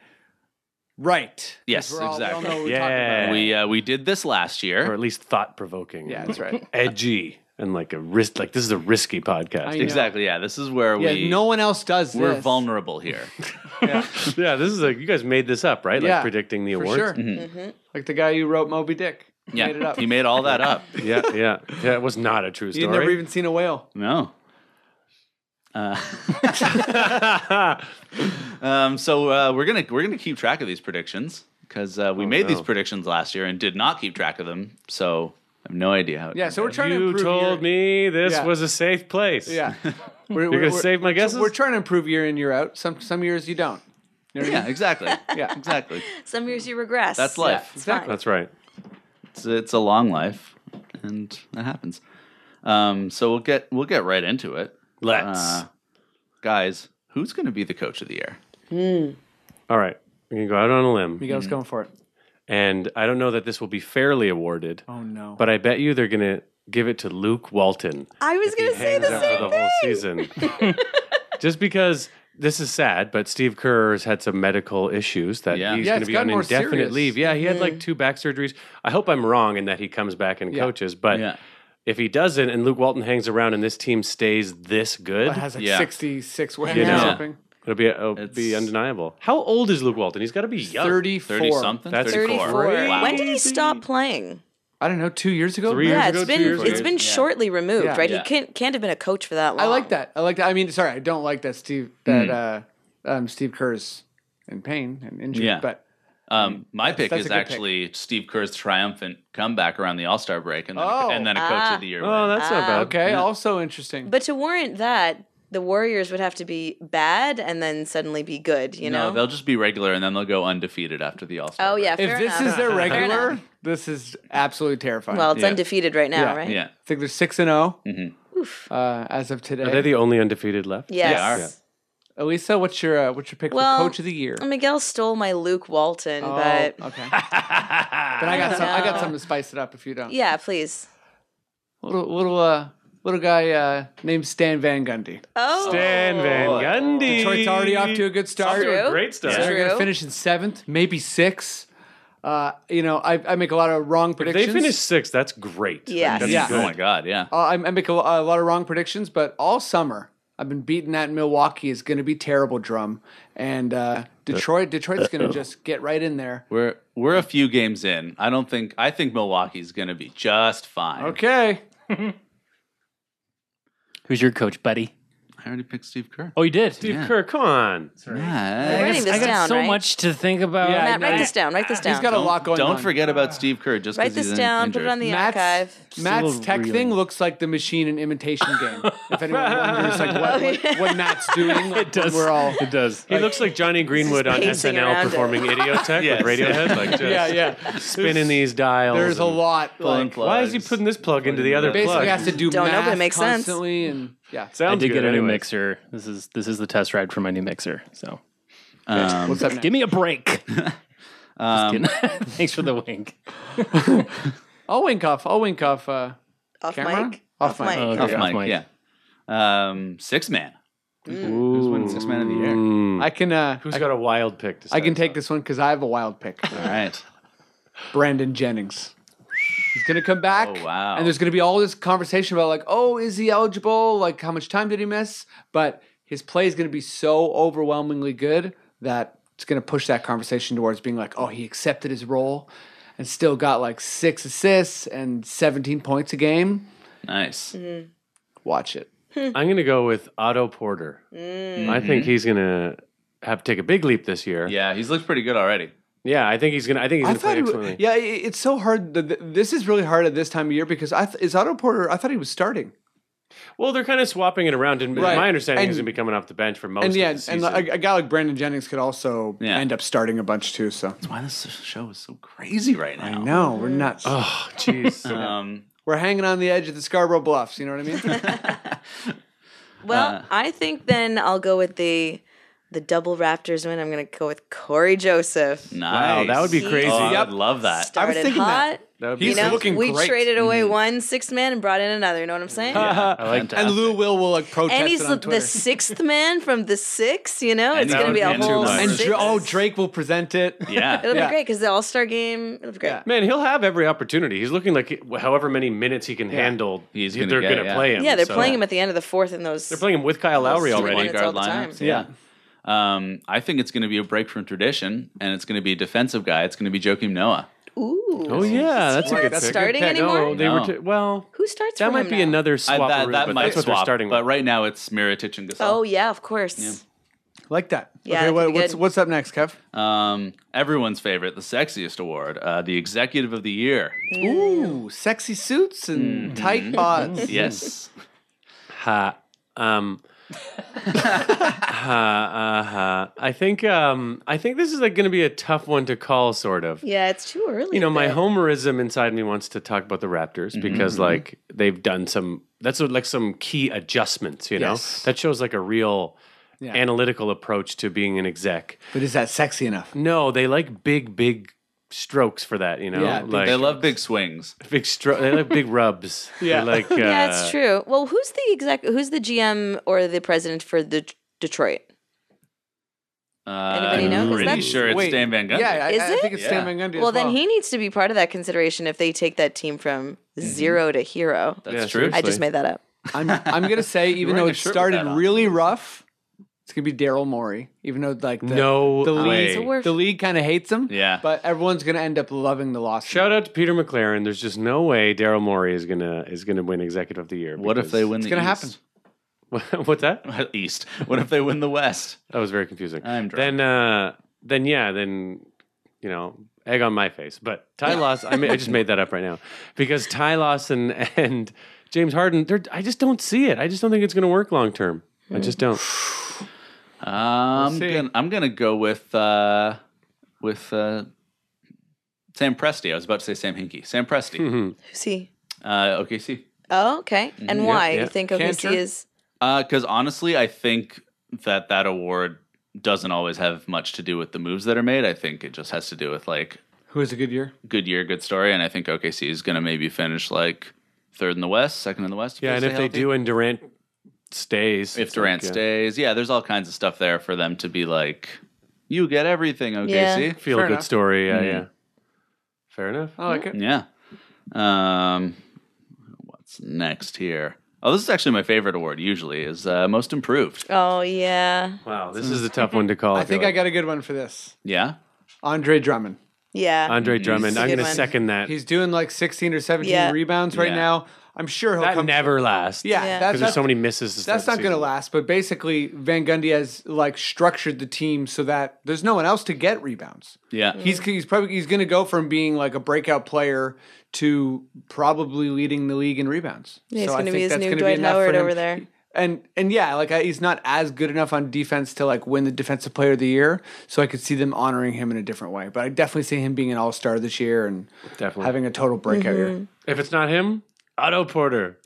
E: right.
D: Yes,
E: 'Cause we're all- we all
D: exactly.
E: know what we're talking about.
G: yeah.
D: We uh, we did this last
G: or
D: year.
G: at least thought provoking.
E: Yeah, that's right.
G: Edgy and like a risk. Like, this is a risky podcast.
E: I know.
D: Exactly. Yeah, this is where
E: Yeah,
D: we
E: no one else does
D: we're
E: this.
D: vulnerable here.
G: Yeah, this is like you guys made this up, right? Like
E: Yeah,
G: predicting the
E: for
G: awards.
E: sure.
H: Mm-hmm.
E: Like the guy who wrote Moby Dick.
D: Mm-hmm.
E: He
D: yeah,
E: made it up.
D: he made all that up.
G: Yeah, yeah, yeah. It was not a true
E: He'd
G: story.
E: never even seen a whale.
D: No. Uh, um, so uh, we're gonna we're gonna keep track of these predictions because uh,
E: Oh,
D: we made these
G: no.
D: predictions last year and did not keep track of them. So I have no idea how. It
E: Yeah, so we're trying to
G: you
E: improve. year-
G: told me this
E: Yeah.
G: was a safe place.
E: Yeah. We're,
G: You're gonna save my guesses?
E: We're trying to improve year in, year out. Some some years you don't.
D: yeah, exactly.
E: Yeah.
D: exactly.
H: Some years you regress.
D: That's life.
H: It's fine.
G: That's right.
D: it's, it's a long life, and that happens. Um, so we'll get we'll get right into it,
G: Let's.
D: Uh, guys. Who's going to be the coach of the year?
G: All right. I'm going to go out on a limb.
E: Miguel's going for it.
G: And I don't know that this will be fairly awarded,
E: Oh no.
G: but I bet you they're going to give it to Luke Walton.
H: I was going to say
G: hangs
H: the
G: out
H: same
G: for the
H: thing.
G: whole season. Just because this is sad, but Steve Kerr has had some medical issues that
D: Yeah.
G: he's
D: Yeah,
G: going
E: it's
G: to be
E: gotten
G: on
E: more
G: indefinite
E: serious.
G: leave. Yeah, he had like two back surgeries. I hope I'm wrong in that he comes back and coaches, but
D: Yeah.
G: if he doesn't and Luke Walton hangs around and this team stays this good,
E: has like
D: Yeah.
E: 66 wins
D: You
E: or
D: know.
E: something.
G: It'll be it'll be
D: It's-
G: undeniable. How old is Luke Walton? He's got to be young.
E: 34.
D: 30 something?
G: That's
H: 34.
D: 34. Wow.
H: When did he stop playing?
E: I don't know, two years ago?
G: Three
E: maybe?
G: years
H: yeah,
G: ago,
H: it's
G: two years
H: been
G: ago.
H: it's been shortly removed,
E: Yeah.
H: right?
D: Yeah.
H: He can't can't have been a coach for that long.
E: I like that. I like that. I mean, sorry, I don't like that Steve that
G: Hmm.
E: uh, um, Steve Kerr's in pain and injured,
D: Yeah.
E: but
D: Um, my pick
E: that's a
D: is
E: good pick.
D: actually Steve Kerr's triumphant comeback around the All Star break, and then,
E: Oh.
D: and then a coach
H: Ah.
D: of the year.
G: Oh,
D: win.
E: Uh,
G: that's not bad.
E: okay, also interesting.
H: But to warrant that, the Warriors would have to be bad and then suddenly be good. You
D: no,
H: know?
D: they'll just be regular, and then they'll go undefeated after the All Star.
H: oh yeah.
E: if
H: fair
E: this
H: enough.
E: is their
H: Fair
E: regular,
H: enough.
E: this is absolutely terrifying.
H: well, it's
D: Yeah.
H: undefeated right now,
E: Yeah.
H: right?
D: yeah,
E: I think they're six and zero
D: Mhm.
E: uh, as of today.
G: Mm-hmm. Are they the only undefeated left?
H: Yes.
D: Yeah.
E: Elisa, what's your uh, what's your pick
H: Well,
E: for coach of the year?
H: Miguel stole my Luke Walton, but
E: oh, okay. but I got some. I got something to spice it up. If you don't,
H: yeah, please.
E: little little uh, little guy uh, named Stan Van Gundy.
H: Oh,
G: Dan Van Gundy.
E: Detroit's already off to a good start.
H: True.
G: great start.
E: They're going to
H: True.
E: finish in seventh, maybe sixth. Uh, you know, I, I make a lot of wrong
G: If they
E: predictions.
G: finish sixth, that's great.
H: Yes.
G: That's
E: Yeah.
G: good.
D: Oh my God, yeah.
E: Uh, I, I make a, lo- a lot of wrong predictions, but all summer I've been beating that Milwaukee is going to be terrible drum, and uh, Detroit, Detroit's going to just get right in there.
D: We're we're a few games in. I don't think I think Milwaukee's going to be just fine.
E: Okay,
I: Who's your coach, buddy?
D: I already picked Steve Kerr.
I: Oh, you did.
G: Steve Kerr, come on.
H: We're
D: Yeah.
H: writing this
I: I got
H: down,
I: so
H: right?
I: much to think about.
E: Yeah,
H: Matt,
E: I
H: write
E: know.
H: this down. Write this down.
E: he's got a lot going on.
D: Don't forget about Steve Kerr just
H: write
D: because
H: this
D: he's
H: down.
D: injured.
H: Put it on the
E: Matt's,
H: archive.
E: Matt's
I: Still
E: tech
I: reeling.
E: thing looks like the machine and imitation game. if anyone wonders like what, what, what Matt's doing, it
I: does.
E: We're all
I: It does.
G: He looks like Johnny Greenwood on
H: pacing
G: SNL
H: around it.
G: performing Idiotech
D: Yes.
G: with Radiohead, like just
E: yeah, yeah.
G: spinning these dials.
E: There's a
G: and-
E: lot.
D: Pulling
E: Like,
D: plugs.
G: Why is he putting this plug into the other
E: basically
G: plug?
E: has to do
H: Don't know,
E: math
H: but it makes sense.
E: constantly, and yeah.
I: I
G: Sounds
I: did
G: good
I: get a new
G: anyways.
I: mixer. This is this is the test ride for my new mixer. So
D: Um,
E: What's up? Next?
I: give me a break. Just kidding. Thanks for the wink.
E: I'll wink off. I'll wink off. Uh,
H: Off
E: camera?
H: mic.
E: Off mic.
I: Oh,
D: off
I: okay, off
D: mic,
I: mic.
D: yeah. Um, six man.
H: Mm.
G: Who's
D: winning six man of the year?
G: Mm.
E: I can. Uh,
G: Who's got a wild pick? To
E: I can
G: start?
E: take this one because I have a wild pick.
D: All right.
E: Brandon Jennings. He's gonna come back.
D: Oh, wow.
E: And there's gonna be all this conversation about like, oh, is he eligible? Like, how much time did he miss? But his play is gonna be so overwhelmingly good that it's gonna push that conversation towards being like, oh, he accepted his role and still got like six assists and 17 points a game.
D: Nice.
H: Mm.
E: Watch it.
G: I'm going to go with Otto Porter.
E: Mm.
G: I think he's going to have to take a big leap this year.
D: Yeah, he's looked pretty good already.
G: Yeah, I think he's going to. I think
E: I
G: he's
E: thought,
G: going
E: it
G: to play
E: w-
G: excellently.
E: yeah, i- it's so hard. th- th- This is really hard at this time of year because I th- is Otto Porter. I thought he was starting.
G: Well, they're kind of swapping it around, and
E: Right.
G: my understanding
E: And-
G: he's going to be coming off the bench for
D: Oh,
G: most
E: and yeah,
G: of the
E: and
G: season.
E: like, a, a guy like Brandon Jennings could also
D: Yeah.
E: end up starting a bunch too. So
D: That's why this show is so crazy right now.
E: no, we're nuts.
G: oh, jeez.
D: Um,
E: We're hanging on the edge of the Scarborough Bluffs. You know what I mean?
H: Well,
G: Uh.
H: I think then I'll go with the the double Raptors win. I'm going to go with Corey Joseph.
D: nice.
G: that would be crazy.
D: Oh,
E: Yep.
D: I'd love
G: Uh,
D: that.
H: Started
E: thinking that.
H: hot.
G: that would be Mm-hmm.
H: You
E: He's
H: know,
E: looking
H: we
E: great.
H: traded away one six man and brought in another. You know what I'm saying?
G: I like that.
E: and Lou Will will like protest
H: and he's
E: it
H: the,
E: on Twitter.
H: the sixth man from the six. You know, it's
D: that
H: going to
D: would
H: be a
D: be too
H: whole
D: much.
E: and
H: six.
E: Dra- oh, Drake will present it.
D: Yeah.
H: It'll
E: Yeah.
H: be great because the All Star game. It'll be great.
E: Yeah.
G: Man, he'll have every opportunity. He's looking like he- however many minutes he can handle,
D: He's
G: they're
D: gonna
G: going
D: get,
G: to
D: yeah.
G: play him.
H: Yeah, they're
G: so-
H: playing him at the end of the fourth in those.
G: They're playing him with Kyle Lowry
H: Those two
G: already.
H: points. all the time.
D: lineups, Yeah. Um, I think it's going to be a break from tradition, and it's going to be a defensive guy. It's going to be Joakim Noah.
H: Ooh.
G: Oh yeah, that's a
H: Smart.
G: good pick.
H: Starting
G: Good pick. No,
E: Oh,
H: anymore?
G: they
D: No.
G: were t- well.
H: Who starts
G: That
H: for
G: might
H: him
G: be
H: now?
G: another
D: I,
G: swap.
D: that that
G: but
D: might
G: that's what
D: swap,
G: they're starting
D: but
G: with.
D: right now it's Miritich and
H: Oh
D: Gasol.
H: yeah, of course.
E: Like that.
H: Yeah,
E: okay,
H: that'd
E: what,
H: be
E: what's
H: good.
E: what's up next, Kev?
D: Um, everyone's favorite, the sexiest award, uh, the Executive of the Year.
H: Mm.
E: Ooh, sexy suits and
D: Mm-hmm.
E: tight pods.
D: Yes.
G: Ha. Um. ha, uh, ha. I think um, I think this is like going to be a tough one to call, sort of.
H: Yeah. it's too early.
G: You know, my
H: but-
G: homerism inside me wants to talk about the Raptors
D: Mm-hmm.
G: because, like, they've done some. That's what, like some key adjustments. You
E: Yes.
G: know, that shows like a real analytical approach to being an exec.
E: But is that sexy enough?
G: No, they like big, big strokes for that. You know,
E: Yeah, big
G: like
D: they love big swings.
G: big stro- they like big rubs.
E: Yeah.
G: they like uh,
H: Yeah, it's true. Well, who's the exact? Who's the GM or the president for the Detroit?
D: Uh,
H: Anybody know? 'Cause
D: Pretty
H: that's-
D: sure it's
E: Wait.
D: Stan Van Gundy.
E: Yeah, I,
H: Is
E: I
H: it?
E: think it's Stan Van Gundy.
H: Well,
E: as
H: then he needs to be part of that consideration if they take that team from
E: Mm-hmm.
H: zero to hero.
D: that's
G: Yeah,
D: true.
G: seriously.
H: I just made that up.
E: I'm I'm gonna say, even
D: wearing
E: though
D: a
E: it
D: shirt with
E: started
D: that on.
E: really rough, It's gonna be Daryl Morey, even though like the,
G: No uh,
E: the
G: way.
E: league the league kind of hates him.
D: Yeah.
E: but everyone's gonna end up loving the loss.
G: Shout out to Peter McLaren. There's just no way Daryl Morey is gonna is gonna win Executive of the Year.
D: What if
G: because-
D: they win
E: It's
D: the
E: gonna
D: East?
G: What's that?
D: East. What if they win the West?
G: That was very confusing.
D: I'm drunk.
G: Then, uh, then yeah, then you know, egg on my face. But Ty Lawson, I, mean, I just made that up right now because Ty Lawson and James Harden, they're, I just don't see it. I just don't think it's going to work long term. I just don't.
E: Hmm.
D: I'm
G: see.
D: Um, gonna, I'm gonna go with uh, with uh, Sam Presti. I was about to say Sam Hinkie. Sam
E: Hmm.
D: Presti.
H: Who's he?
D: uh, OKC.
H: Oh, okay.
E: Mm-hmm.
H: And why
G: yeah.
H: you think OKC
E: Cantor?
H: is?
D: Because Uh, honestly, I think that that award doesn't always have much to do with the moves that are made. I think it just has to do with like
E: Who has a good year?
D: good year, good story, and I think OKC is gonna maybe finish like third in the West, second in the West.
G: Yeah, and
D: stay
G: if they
D: healthy.
G: do, and Durant stays,
D: if
G: it's
D: Durant
G: like, yeah,
D: stays, yeah, there's all kinds of stuff there for them to be like, you get everything, OKC.
G: feel
E: Fair
G: good
E: enough. Mm-hmm.
G: story. Yeah, yeah. Fair enough.
E: I like it.
D: Yeah. Um, what's next here? Oh, this is actually my favorite award. Usually, is uh, most improved.
H: Oh yeah,
G: Wow, this is a tough one to call.
E: Mm-hmm. I think I got a good one for this.
D: Yeah.
E: Andre Drummond.
H: yeah.
G: Andre
E: Mm-hmm.
G: Drummond.
H: a
G: I'm
H: good
G: going to
H: one.
G: second that.
E: He's doing like 16 or 17
H: Yeah.
E: rebounds right
D: Yeah.
E: now. I'm sure he'll
G: that
E: come.
G: never lasts.
E: yeah,
H: Yeah.
E: That,
G: because there's
E: that's,
G: so many misses. to start
E: that's
G: the
E: not going to
G: season.
E: last. But basically, Van Gundy has like structured the team so that there's no one else to get rebounds.
D: Yeah.
E: He's he's probably he's going to go from being like a breakout player to probably leading the league in rebounds.
H: He's
E: So I
H: going to
E: think
H: be his
E: that's
H: new
E: gonna
H: Dwight
E: enough for
H: Howard
E: him.
H: over there.
E: And and yeah, like I, he's not as good enough on defense to like win the defensive player of the year. So I could see them honoring him in a different way. But I definitely see him being an all star this year and
G: Definitely.
E: having a total breakout
H: mm-hmm.
E: year.
G: If it's not him, Otto Porter.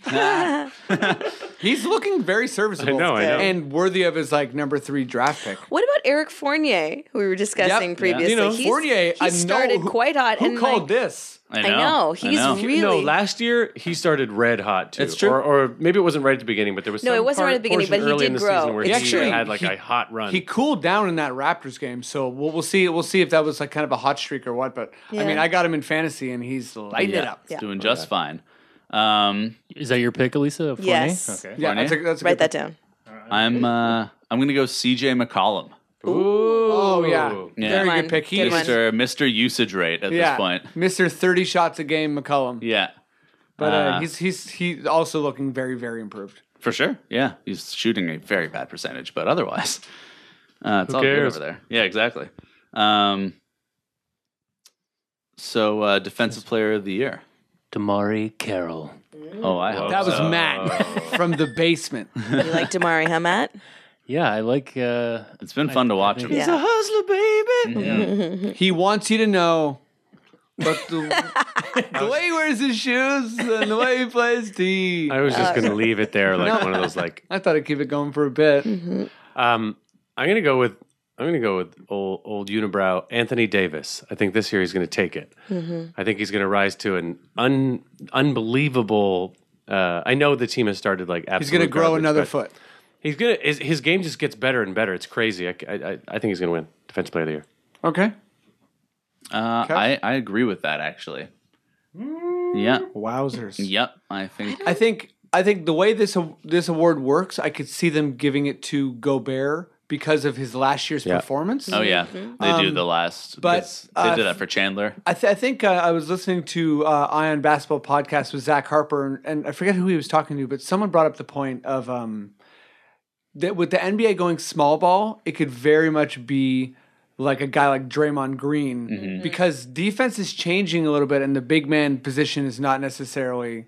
E: He's looking very serviceable.
G: I know, I know.
E: And worthy of his like number three draft pick.
H: What about Eric Fournier, who we were discussing
E: Yep.
H: previously?
E: You know,
H: He's-
E: Fournier, I know
H: he started
E: who-
H: quite hot.
E: Who
H: and
E: called
H: like,
E: this?
D: I
H: I know he's
D: know.
H: really
G: No, last year he started red hot too.
D: It's true.
G: Or, or maybe it wasn't right at the beginning, but there was
H: No,
G: some
H: it wasn't right
G: part-
H: at the beginning,
G: portion
H: but he
G: early in
H: did
G: the season
H: grow.
G: where
H: He
G: he
E: actually-
G: had like
E: he-
G: a hot run.
E: He cooled down in that Raptors game, so we'll, we'll see. We'll see if that was like kind of a hot streak or what. But I mean,
H: Yeah.
E: I got him in fantasy, and he's lighting it
D: Yeah.
E: up.
D: It's doing just fine. Um,
I: Is that your pick, Elisa? Fournier?
H: Yes.
I: Okay.
E: Yeah, that's a, that's a
H: write
E: good
H: that down.
D: I'm uh, I'm gonna go CJ McCollum.
E: Oh yeah,
D: Yeah.
E: very
H: Good
E: good
H: one.
E: pick. He
H: Good
E: is-
H: one.
D: Mr. Mr. Usage rate at
E: yeah,
D: this point.
E: Mister Thirty shots a game, McCollum.
D: Yeah,
E: But uh,
D: Uh,
E: he's he's he's also looking very very improved.
D: for sure. Yeah, he's shooting a very bad percentage, but otherwise, uh, it's all
G: cares?
D: good over there. Yeah, exactly. Um, so uh, defensive player of the year.
I: Damari Carroll.
D: Oh, I hope
E: That was
D: so.
E: Matt from the basement.
H: You like Damari, huh, Matt?
I: Yeah, I like. Uh,
D: It's been fun to watch him.
I: think-
H: Yeah.
G: hustler, baby.
E: He wants you to know. But the, the way he wears his shoes and the way he plays D.
G: I was just
H: Uh,
G: gonna leave it there, like one of those like.
E: I thought I'd keep it going for a bit.
H: Hmm.
G: Um, I'm gonna go with I'm gonna go with old old unibrow Anthony Davis. I think this year he's gonna take it.
H: Mm-hmm.
G: I think he's gonna rise to an un unbelievable. Uh, I know the team has started like absolutely.
E: He's going to grow another foot.
G: He's gonna his, his game just gets better and better. It's crazy. I, I, I- I think he's gonna win defensive player of the year.
E: Okay.
D: Uh, I I agree with that actually. Yeah.
E: Wowzers.
D: Yep. I think.
E: Mm. I think I think the way this a- this award works, I could see them giving it to Gobert because of his last year's performance.
D: Oh yeah, they do the last.
E: Um, but,
D: this- they
E: uh,
D: did that for Chandler.
E: I, th- I think uh, I was listening to uh, Ion Basketball podcast with Zach Harper, and, and I forget who he was talking to, but someone brought up the point of um, that with the NBA going small ball, it could very much be like a guy like Draymond Green
D: Mm-hmm.
E: because defense is changing a little bit, and the big man position is not necessarily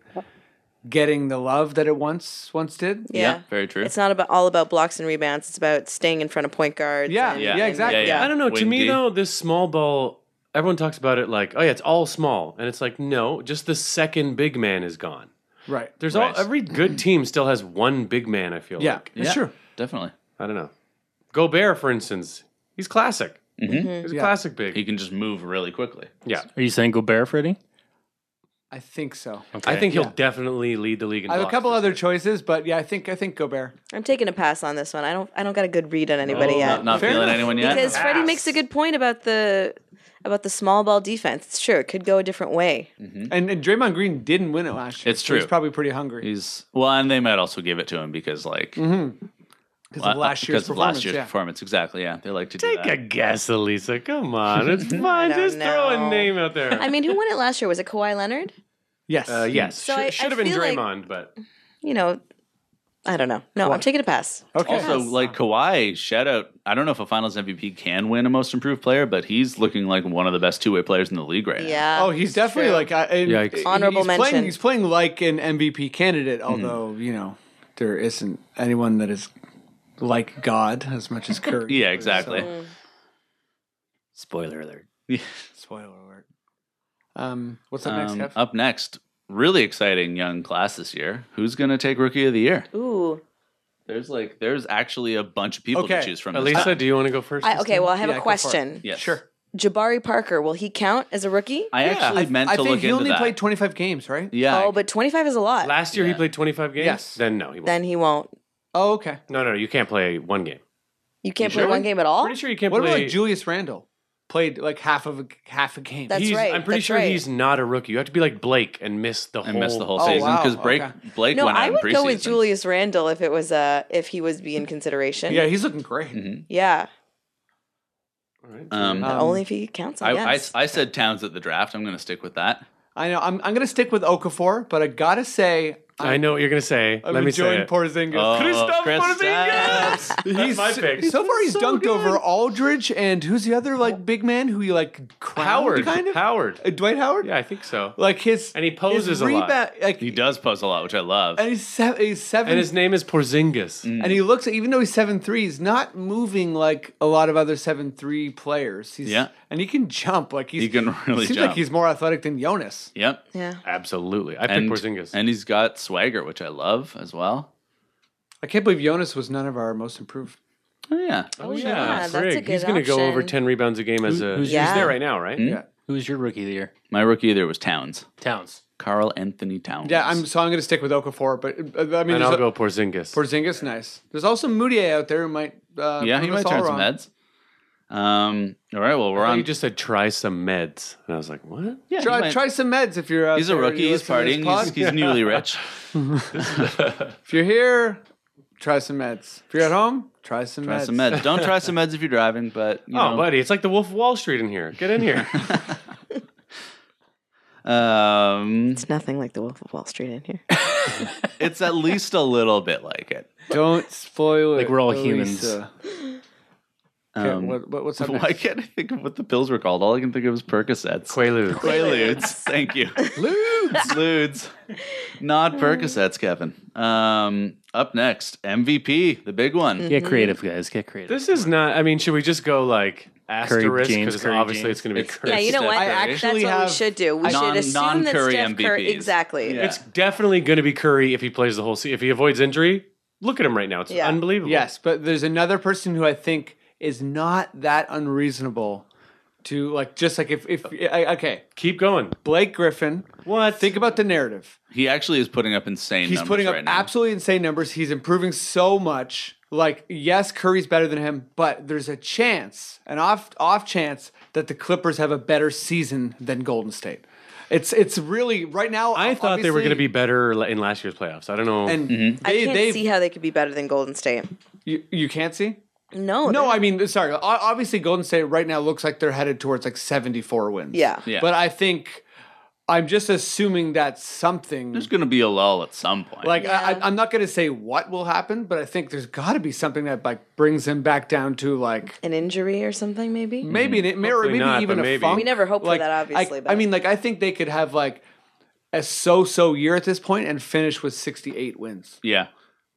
E: getting the love that it once once did.
H: Yeah.
D: Yeah, very true.
H: It's not about all about blocks and rebounds. It's about staying in front of point guards.
E: Yeah,
H: and-
E: yeah,
H: and-
E: exactly.
D: Yeah.
G: I don't know. To
D: Wing
G: me
D: D.
G: though, this small ball. Everyone talks about it like, oh yeah, it's all small, and it's like no, just the second big man is gone.
E: Right.
G: There's
D: Right.
G: all every good team still has one big man. I feel
E: Yeah,
G: like.
E: that's true.
D: Definitely.
G: I don't know. Gobert, for instance, he's classic.
E: Mm-hmm.
H: Mm-hmm.
G: He's a classic big.
D: He can just move really quickly.
G: yeah,
I: Are you saying Gobert, Freddie?
E: I think so.
G: I think he'll definitely lead the league. In
E: I have a
G: blocks
E: couple
G: this
E: other choices, but yeah, I think I think Gobert.
H: I'm taking a pass on this one. I don't. I don't got a good read on anybody yet.
D: Not, not
E: Fair
D: feeling
E: enough.
D: anyone yet.
H: because Freddie makes a good point about the about the small ball defense. It's true. It could go a different way.
E: And, and Draymond Green didn't win it last year.
D: Mm-hmm. It's
E: so He's
D: true.
E: probably pretty hungry.
D: He's well, and they might also give it to him because like
E: because of Mm-hmm. last year's
D: because of last
E: performance,
D: year's
E: yeah.
D: performance. Exactly. Yeah, they like to
G: Take
D: do
G: a
D: that.
G: guess, Elisa. Come on, it's fun.
H: don't
G: Just throw
H: know.
G: a name out there.
H: I mean, who won it last year? Was it Kawhi Leonard?
E: Yes.
G: uh, yes,
H: So
G: should,
H: I-
G: should
H: I
G: have been
H: feel like-
G: Draymond, but
H: You know, I don't know. No, I'm taking a pass.
E: Okay.
D: also, like Kawhi, shout out. I don't know if a Finals MVP can win a Most Improved Player, but he's looking like one of the best two way players in the league right now.
H: Yeah.
E: Oh, he's definitely
H: true.
E: like I, and
G: Yikes.
E: he-
H: Honorable
E: he's
H: mention.
E: Playing, he's playing like an MVP candidate,
D: Mm-hmm.
E: although you know there isn't anyone that is like God as much as Curry.
D: Yeah, exactly.
H: Mm.
I: Spoiler alert.
E: Spoiler alert. Um, what's up next,
D: Um,
E: Kev?
D: up next, really exciting young class this year. Who's going to take Rookie of the Year?
H: Ooh.
D: There's like there's actually a bunch of people
E: Okay,
D: to choose from. this
G: Elisa,
D: time.
G: do you want to go first?
H: I,
G: this
H: okay,
G: time?
H: well, I have
E: Yeah, go
H: a
E: for it.
H: question.
D: Yes.
E: Sure.
H: Jabari Parker, will he count as a rookie?
D: I actually meant
E: I
D: to
E: think
D: look
E: he
D: into
E: only
D: that.
E: played 25 games, right?
D: yeah.
H: oh, but 25 is a lot.
G: Last year he played 25 games.
E: Yes.
G: Then no, he won't.
H: then he won't.
E: Oh, okay.
G: no, no, you can't play one game.
H: You can't
G: You
H: play
G: sure?
H: one game at all?
G: Pretty sure you can't
E: What
G: play.
E: about like Julius Randle? Played like half of a half a game.
H: That's
G: he's,
H: right,
G: I'm pretty
H: that's
G: sure
H: right.
G: he's not a rookie. You have to be like Blake and miss the
D: I
G: whole.
D: missed the whole
E: Oh,
D: season
E: wow,
D: because Blake
E: okay.
D: Blake
H: no,
D: went out
H: I would
D: in preseason.
H: go with Julius Randle if it was uh if he was being consideration.
E: yeah, he's looking great.
H: Yeah.
D: Um,
E: Uh, Um,
H: Only if he counts,
D: I,
H: I,
D: I,
H: guess.
D: I said Towns at the draft. I'm going to stick with that.
E: I know. I'm, I'm gonna stick with Okafor, but I gotta say,
G: I know what you're gonna say.
E: I'm
G: Let me
E: enjoying
G: say it. Oh.
E: Porzingis.
D: Christoph
G: That's my pick.
E: So far, he's dunked over Aldridge and who's the other like big man who he like crowned,
G: Howard.
E: kind of
G: Howard.
E: Uh, Dwight Howard.
G: Yeah, I think so.
E: like his
G: And he poses
E: his
G: a lot.
E: Like,
D: He does post a lot, which I love.
E: and he's, se- he's seven.
G: And his name is Porzingis.
E: and he looks even though he's seven three, he's not moving like a lot of other seven three players. He's,
D: Yeah.
E: and he can jump like he's
D: He can really
E: seems
D: jump.
E: like he's more athletic than Jonas.
D: Yep.
H: yeah.
G: Absolutely, I picked
D: And,
G: Porzingis.
D: and he's got swagger, which I love as well.
E: I can't believe Jonas was none of our most improved.
D: Oh, yeah.
H: Oh,
G: yeah,
H: that's a
G: Frig.
H: good
G: he's gonna go over
H: option.
G: ten rebounds a game as a.
I: who's
H: Yeah.
G: He's there uh, right now, right?
D: Hmm?
I: Who's your rookie of the year?
D: My rookie there was Towns.
I: Towns.
D: Carl Anthony Towns.
E: Yeah, I'm so I'm going to stick with Okafor, but uh, I mean,
G: And
E: there's
G: I'll
E: a-
G: go Porzingis.
E: Porzingis, nice. There's also Moutier out there who might. Uh,
D: yeah, he
E: prove us
D: might
E: all
D: turn some
E: wrong.
D: heads. Um, all right, well, we're
G: I thought
D: on.
G: you just said try some meds, and I was like, what?
D: yeah, he
E: Try,
D: might-
E: try some meds if you're. Out
D: he's a
E: there and
D: rookie.
E: you
D: He's
E: listen to this
D: partying.
E: pod.
D: He's, he's newly rich.
E: If you're here, try some meds. If you're at home, try some
D: Try
E: meds.
D: some meds. Don't try some meds if you're driving, but you
G: Oh,
D: know.
G: buddy, it's like the Wolf of Wall Street in here. Get in here.
D: Um,
H: It's nothing like the Wolf of Wall Street in here.
D: it's at least a little bit like it.
E: Don't spoil it.
I: Like we're all
E: Elisa. Okay,
D: Um,
E: what, what, what's up?
D: Why
E: Next?
D: can't I think of what the pills were called? All I can think of is Percocets.
G: Quaaludes.
D: Quaaludes. Thank you.
E: Ludes.
D: Ludes. Not
E: Uh.
D: Percocets, Kevin. Um, up next, MVP, the big one.
I: Get creative, guys. Get creative.
G: This is not. I mean, should we just go like
I: Curry
G: asterisk
I: James,
G: because
I: Curry
G: obviously
I: James.
G: it's going to be
D: It's-
G: Curry.
H: yeah, you know
D: Steph
H: what?
D: Curry.
E: I actually
H: That's what
E: have-
H: we should do. We
D: Non-
H: should assume that
D: non-Curry
H: Steph Curry
D: MVPs.
H: exactly.
D: Yeah.
G: It's definitely going to be Curry if he plays the whole season. If he avoids injury, look at him right now. It's
H: Yeah.
G: unbelievable.
E: Yes, but there's another person who I think is not that unreasonable to like. Just like if if I, okay,
G: Keep going.
E: Blake Griffin.
G: What?
E: Think about the narrative.
D: He actually is putting up insane
E: He's
D: numbers
E: putting up
D: right now.
E: absolutely insane numbers. He's improving so much. Like, yes, Curry's better than him, but there's a chance, an off off chance, that the Clippers have a better season than Golden State. It's it's really right now.
G: I thought they were going to
E: obviously-
G: be better la- in last year's playoffs. I don't know.
E: And
D: Mm-hmm.
H: I
E: they
H: can't
E: they
H: see how they could be better than Golden State.
E: you, you can't see.
H: No.
E: No,
H: they're-
E: I mean, sorry. O- Obviously, Golden State right now looks like they're headed towards like 74 wins.
H: Yeah.
D: Yeah.
E: But I think I'm just assuming that something.
D: There's going to be a lull at some point.
E: Like I
H: Yeah.
E: I, I'm not going to say what will happen, but I think there's got to be something that like brings him back down to like
H: an injury or something maybe.
E: maybe an, or maybe
G: Mm-hmm. not,
E: even a
G: but maybe.
E: funk.
H: We never hope for
E: Like,
H: that, obviously,
E: I,
H: but-
E: I mean, like I think they could have like a so-so year at this point and finish with 68 wins.
D: yeah.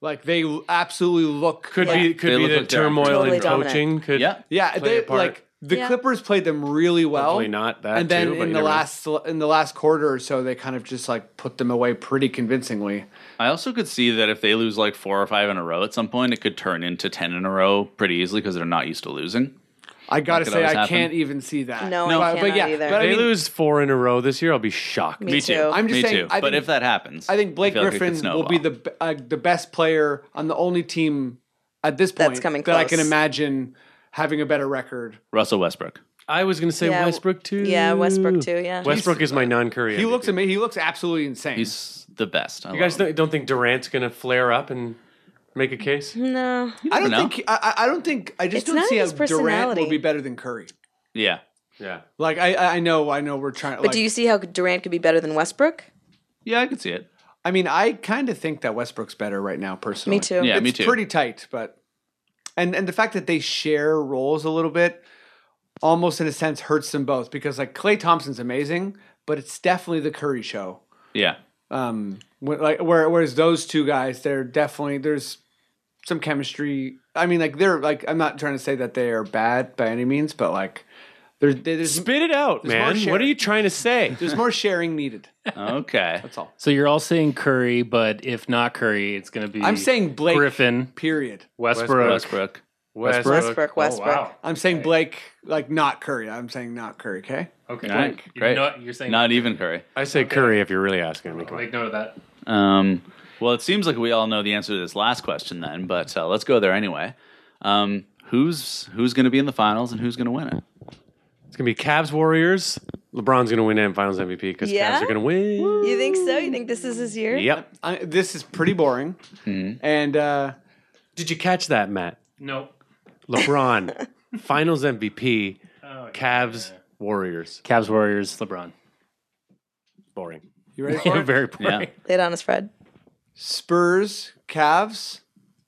E: Like they absolutely look
G: could be could
D: They
G: be
D: look
G: the
D: like they're
G: turmoil
H: Totally
G: in
H: dominant.
G: coaching. Could
D: Yeah.
E: yeah.
G: play
E: They
G: a part.
E: like the
H: Yeah.
E: Clippers played them really well.
G: Hopefully not that
E: and then
G: too, but
E: in
G: you
E: the
G: never know.
E: last in the last quarter or so, they kind of just like put them away pretty convincingly.
D: I also could see that if they lose like four or five in a row at some point, it could turn into 10 in a row pretty easily because they're not used to losing.
E: I gotta
D: could
E: say, I
D: always happen.
E: can't even see that.
H: No, I
E: but, but
H: cannot
E: yeah,
H: either.
E: But I
G: they
E: mean,
G: lose four in a row this year, I'll be shocked.
H: Me too.
E: I'm just
D: Me too.
E: saying. I
D: but
E: think-
D: if that happens,
E: I think Blake
D: feel like it could
E: Griffin will be
D: snowball.
E: the b- uh, the best player on the only team at this point
H: coming
E: that I can
H: close.
E: imagine having a better record.
D: Russell Westbrook.
G: I was going to say
H: Yeah,
G: Westbrook too.
H: yeah, Westbrook too, yeah.
G: Westbrook is my non-Curry.
E: He
G: MVP.
E: looks amazing. He looks absolutely insane.
D: He's the best. I
G: You guys
D: love him.
G: don't, don't think Durant's going to flare up and make a case?
H: No.
E: I don't
D: know.
E: think I, I I don't think I just
H: It's
E: don't
H: not
E: see how
H: his
E: Durant
H: personality.
E: will be better than Curry.
D: Yeah.
G: Yeah.
E: Like I- I I know I know we're trying.
H: But
E: like,
H: do you see how Durant could be better than Westbrook?
D: Yeah, I can see it.
E: I mean, I kind of think that Westbrook's better right now, personally.
H: Me too.
D: Yeah,
E: it's
D: me too.
E: pretty tight, but and and the fact that they share roles a little bit almost in a sense hurts them both because like Clay Thompson's amazing, but it's definitely the Curry show.
D: yeah.
E: Um, wh- like where, whereas those two guys, they're definitely there's some chemistry. I mean, like they're like I'm not trying to say that they are bad by any means, but like there's there's
G: Spit it out,
E: more
G: man.
E: share.
G: What are you trying to say?
E: there's more sharing needed.
D: Okay.
E: That's all.
C: So you're all saying Curry, but if not Curry, it's going to be
E: I'm saying Blake.
C: Griffin,
E: Period.
C: Westbrook.
D: Westbrook.
G: Westbrook.
H: Westbrook, Westbrook.
E: I'm saying Blake, like not Curry. I'm saying not Curry. Okay.
C: Okay,
D: All right. Great.
C: You're, not, you're saying
D: Not even Curry.
G: I say Curry if you're really asking me.
C: Make note of that.
D: Um, well, it seems like we all know the answer to this last question then, but uh, let's go there anyway. Um, who's who's going to be in the finals and who's going to win it?
G: It's gonna be Cavs Warriors. LeBron's gonna win and Finals MVP because
H: Yeah?
G: Cavs are gonna win.
H: You think so? You think this is his year?
G: Yep.
E: I, this is pretty boring.
G: Mm-hmm.
E: And uh,
G: Did you catch that, Matt?
C: No.
G: LeBron, Finals MVP, Cavs Warriors.
C: Cavs, Warriors, LeBron.
G: Boring.
E: you ready for it?
C: Very boring.
H: Lay it on us, Fred.
E: Spurs, Cavs,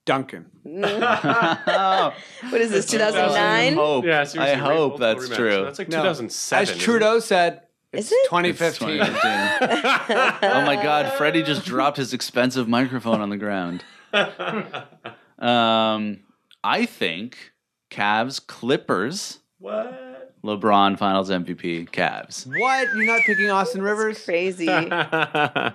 E: Duncan.
H: What is this, 2009?
D: Hope.
G: Yeah,
D: I hope that's true.
G: That's like
E: No.
G: 2007.
E: As Trudeau said,
H: Is
E: it's
H: it?
E: 2015.
D: It's 2015. oh my God, Freddie just dropped his expensive microphone on the ground. Um, I think Cavs Clippers. What? LeBron Finals MVP Cavs.
E: what? You're not picking Austin Rivers?
H: Crazy.
G: Trudeau.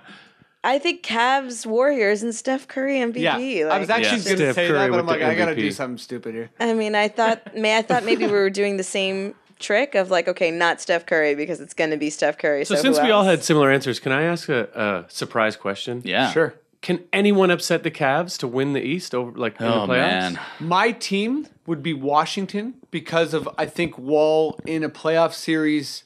H: I think Cavs, Warriors, and Steph Curry MVP.
E: Yeah. I
H: Like,
E: was actually
D: Yeah.
E: going to
G: Steph
E: say
G: Curry
E: that, but
G: with
E: I'm like,
G: the
E: I got to
G: MVP.
E: do something stupid here.
H: I mean, I thought may I thought maybe we were doing the same trick of like, okay, not Steph Curry because it's going to be Steph Curry.
G: so
H: So,
G: since
H: who
G: we all
H: else?
G: had similar answers, can I ask a, a surprise question?
D: Yeah.
E: Sure.
G: Can anyone upset the Cavs to win the East over like in
D: Oh
G: the playoffs?
D: man.
E: My team would be Washington because of, I think, Wall in a playoff series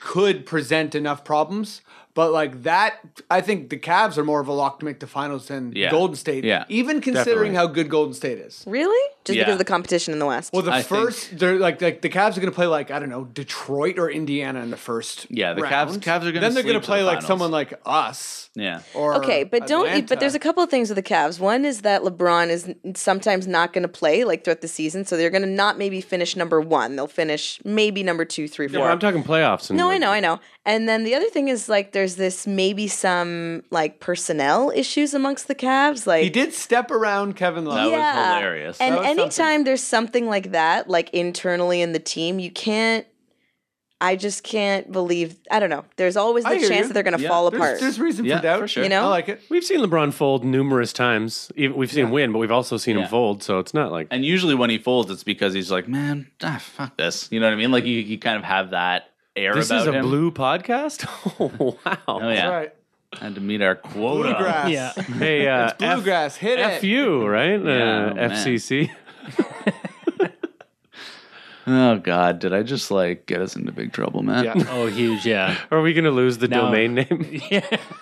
E: could present enough problems. But like that, I think the Cavs are more of a lock to make the finals than
D: Yeah.
E: Golden State.
D: Yeah.
E: Even considering
G: Definitely.
E: how good Golden State is.
H: really just
D: Yeah.
H: because of the competition in the West.
E: Well, the
D: I think-
E: first, they're like, like the Cavs are going to play like I don't know Detroit or Indiana in the first.
D: Yeah, the Cavs-
E: round.
D: Cavs are gonna
E: Then they're
D: sleep
E: gonna
D: to the
E: play like
D: finals.
E: someone like us.
D: Yeah.
E: Or
H: Okay, but don't.
E: Atlanta.
H: But there's a couple of things with the Cavs. One is that LeBron is n- sometimes not going to play like throughout the season, so they're going to not maybe finish number one. They'll finish maybe number two, three, four.
G: No, I'm talking playoffs. And
H: No, I
G: like-
H: know, I know. And then the other thing is like there's this maybe some like personnel issues amongst the Cavs. Like
E: he did step around Kevin Love.
D: That was
H: Yeah.
D: hilarious.
H: And
E: That was
H: anytime
E: something.
H: there's something like that, like internally in the team, you can't. I just can't believe. I don't know. There's always the
E: I hear
H: chance
E: you.
H: that they're going to
D: Yeah.
H: fall
E: there's,
H: apart.
E: there's reason
D: Yeah,
E: for doubt.
D: for sure.
H: You know?
E: I like it.
G: We've seen LeBron fold numerous times. Even we've seen him win, but we've also seen
D: Yeah.
G: him fold. So it's not like
D: And usually when he folds, it's because he's like, man, ah, fuck this. You know what I mean? Like you, you kind of have that air
G: this
D: about
G: is a
D: him.
G: blue podcast. Oh
D: oh
G: wow!
D: yeah,
E: All right.
D: had to meet our quota.
E: Bluegrass.
C: Yeah.
G: Hey, uh, F-
E: Bluegrass. hit it.
G: FU, right?
D: Yeah,
G: uh,
D: man.
G: FCC.
D: Oh god, did I just like get us into big trouble, Matt?
G: Yeah.
C: Oh, huge. Yeah.
G: Are we going to lose the
C: No.
G: domain name?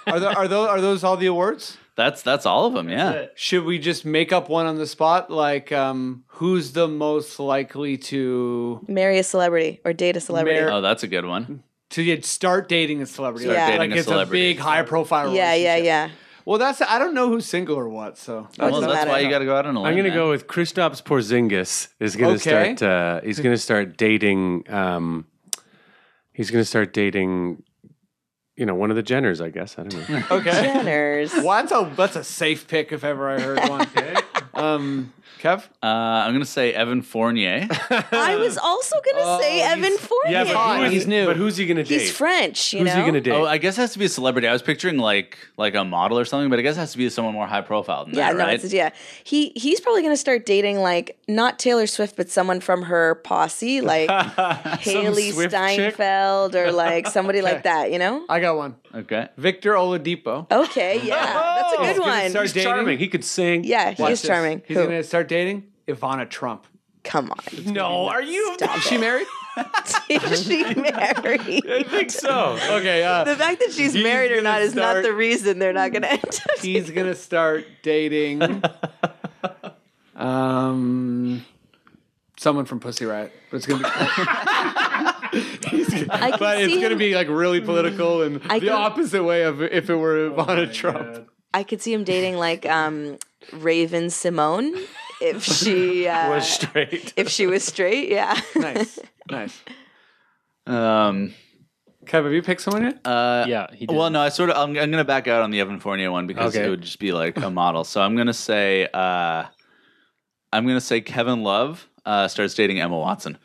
E: Are, tho- are those are those all the awards?
D: that's that's all of them. Yeah,
E: Should we just make up one on the spot? Like, um, who's the most likely to
H: Marry a celebrity or date a celebrity.
E: Mar-
D: oh, that's a good one.
E: to yeah, start dating a celebrity?
H: Start
E: like,
H: dating
E: like
D: a
E: it's
D: celebrity.
E: a big high profile.
H: yeah, yeah,
E: relationship.
H: yeah.
E: Well, that's I don't know who's single or what. So
H: Well,
D: Well,
H: doesn't
D: that's
H: matter.
D: why you got to go out on a limb.
G: I'm going to
D: man.
G: go with Kristaps Porzingis is going to
E: Okay.
G: start. Uh, he's going to start dating. Um, he's going to start dating. You know, one of the Jenners, I guess. I don't know.
E: okay.
H: Jenners.
E: Well, that's a that's a safe pick if ever I heard one. um, Kev,
D: Uh, I'm going to say Evan Fournier.
H: I was also going to say Evan Fournier.
G: yeah,
E: Oh, Uh, but who
G: but,
E: is- He's new.
G: but who's he going to date?
H: He's French, you
G: who's
H: know.
G: he going to date?
D: oh, I guess it has to be a celebrity. I was picturing like like a model or something, but I guess it has to be someone more high profile than
H: yeah,
D: that,
H: no,
D: right?
H: it's, yeah. He he's probably going to start dating like not Taylor Swift, but someone from her posse, like Haley
G: Swift chick?
H: Steinfeld or like somebody like that, you know.
E: I got one.
D: okay.
E: Victor Oladipo.
H: Okay, yeah, that's a good
E: gonna
H: one.
E: start
G: he's charming. He could sing.
H: Yeah, he
E: Watch
H: is
E: this.
H: charming.
E: He's
H: Who?
E: gonna start dating Ivana Trump.
H: Come on.
G: No, are you?
E: Is she married?
H: Is she married?
G: I think so.
E: okay. Uh,
H: The fact that she's
E: He's
H: married or
E: gonna
H: not is not
E: start-
H: the reason they're not going to end up.
E: he's gonna start dating. Um, someone from Pussy Riot. But it's gonna be,
H: I can
E: but it's
H: see
E: gonna
H: him,
E: be like really political and
H: I
E: the
H: can-
E: opposite way of if it were Ivana Trump.
H: I could see him dating like um, Raven Simone if she uh,
G: was straight.
H: if she was straight. Yeah.
E: Nice, nice.
D: Um,
E: Kev, have you picked someone yet?
D: uh,
C: Yeah, he did.
D: Well, no, I sort of. I'm, I'm going to back out on the Evan Fournier one because
G: Okay.
D: it would just be like a model. So I'm going to say, uh, I'm going to say Kevin Love uh, starts dating Emma Watson.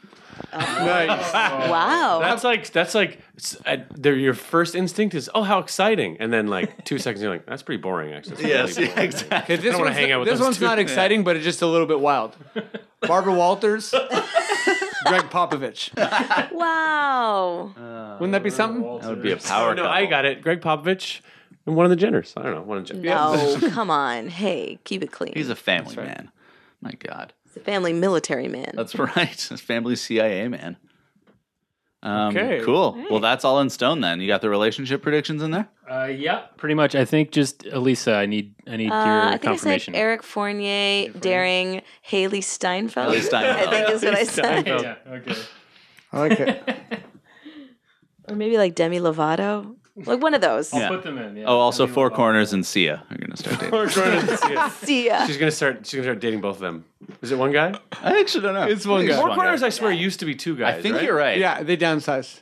E: nice.
H: wow.
G: That's like that's like it's- uh, they're- your first instinct is oh how exciting, and then like two seconds you're like that's pretty boring actually. That's really boring.
D: exactly.
E: Okay, this
G: don't wanna
E: one's,
G: hang out with
E: this
G: those
E: one's
G: two.
E: not exciting, but it's just a little bit wild. Barbara Walters, Greg Popovich.
H: wow.
E: Wouldn't that be something?
D: That would be a power.
G: Oh, No, I got it. Greg Popovich and one of the Jenners. I don't know one of the Jenners.
H: No, come on. Hey, keep it clean.
D: He's a family man. My God,
H: He's a family military man.
D: that's right. Family CIA man. Um,
G: Okay.
D: Cool. Well, that's all in stone then. You got the relationship predictions in there.
C: Uh, yeah, pretty much. I think just Elisa. I need. I need your
H: Uh, I think I said
C: confirmation.
H: Eric Fournier, Daring, Haley Steinfeld.
D: Haley Steinfeld.
H: I think is what I said.
G: Steinfeld.
C: okay.
E: I like it.
H: Or maybe like Demi Lovato. Like one of those.
D: Yeah.
C: Put them in. Yeah.
D: Oh, also Four Corners and Sia are going to start dating.
H: See ya.
G: She's gonna start. She's gonna start dating both of them. Is it one guy?
D: I actually don't know.
E: It's one guy.
G: Four corners, I swear, used to be two guys.
D: I think
G: right?
D: you're right.
E: Yeah, they downsized.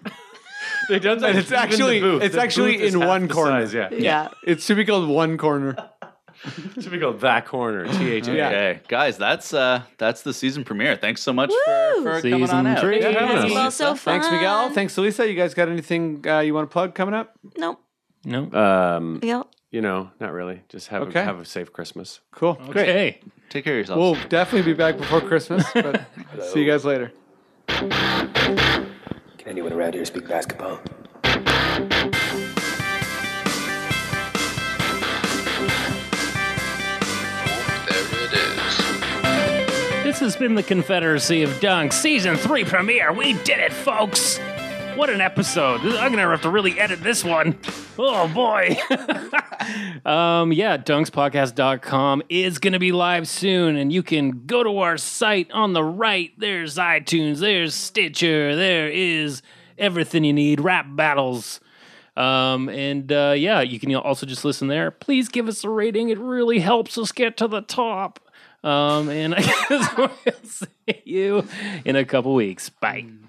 G: They done that.
E: it's actually- it's actually in one corner.
G: yeah,
H: Yeah.
E: It should be called One Corner.
G: should we call that corner? T H E A.
D: Okay, guys, that's uh that's the season premiere. Thanks so much
H: Woo!
D: for, for coming on
C: Season
D: out.
C: three.
G: Yeah,
H: That's
G: Yes.
H: well so fun.
E: Thanks, Miguel. Thanks, Elisa. You guys got anything uh, you want to plug coming up?
H: Nope.
C: No.
G: Um,
H: Miguel.
G: you know, not really. Just have
E: Okay.
G: a, have a safe Christmas.
E: Cool. Great.
C: Okay.
D: Take care of yourselves.
E: We'll definitely be back before Christmas, but see you guys later.
A: Can anyone around here speak basketball?
B: There it is.
C: This has been the Confederacy of Dunks season three premiere. We did it, folks. What an episode! I'm gonna have to really edit this one. Oh boy. um, yeah, dunkspodcast.com is gonna be live soon, and you can go to our site on the right. There's iTunes, there's Stitcher, there is everything you need. Rap battles. Um, and uh, yeah, you can also just listen there. Please give us a rating. It really helps us get to the top. Um, and I guess we'll see you in a couple weeks. Bye.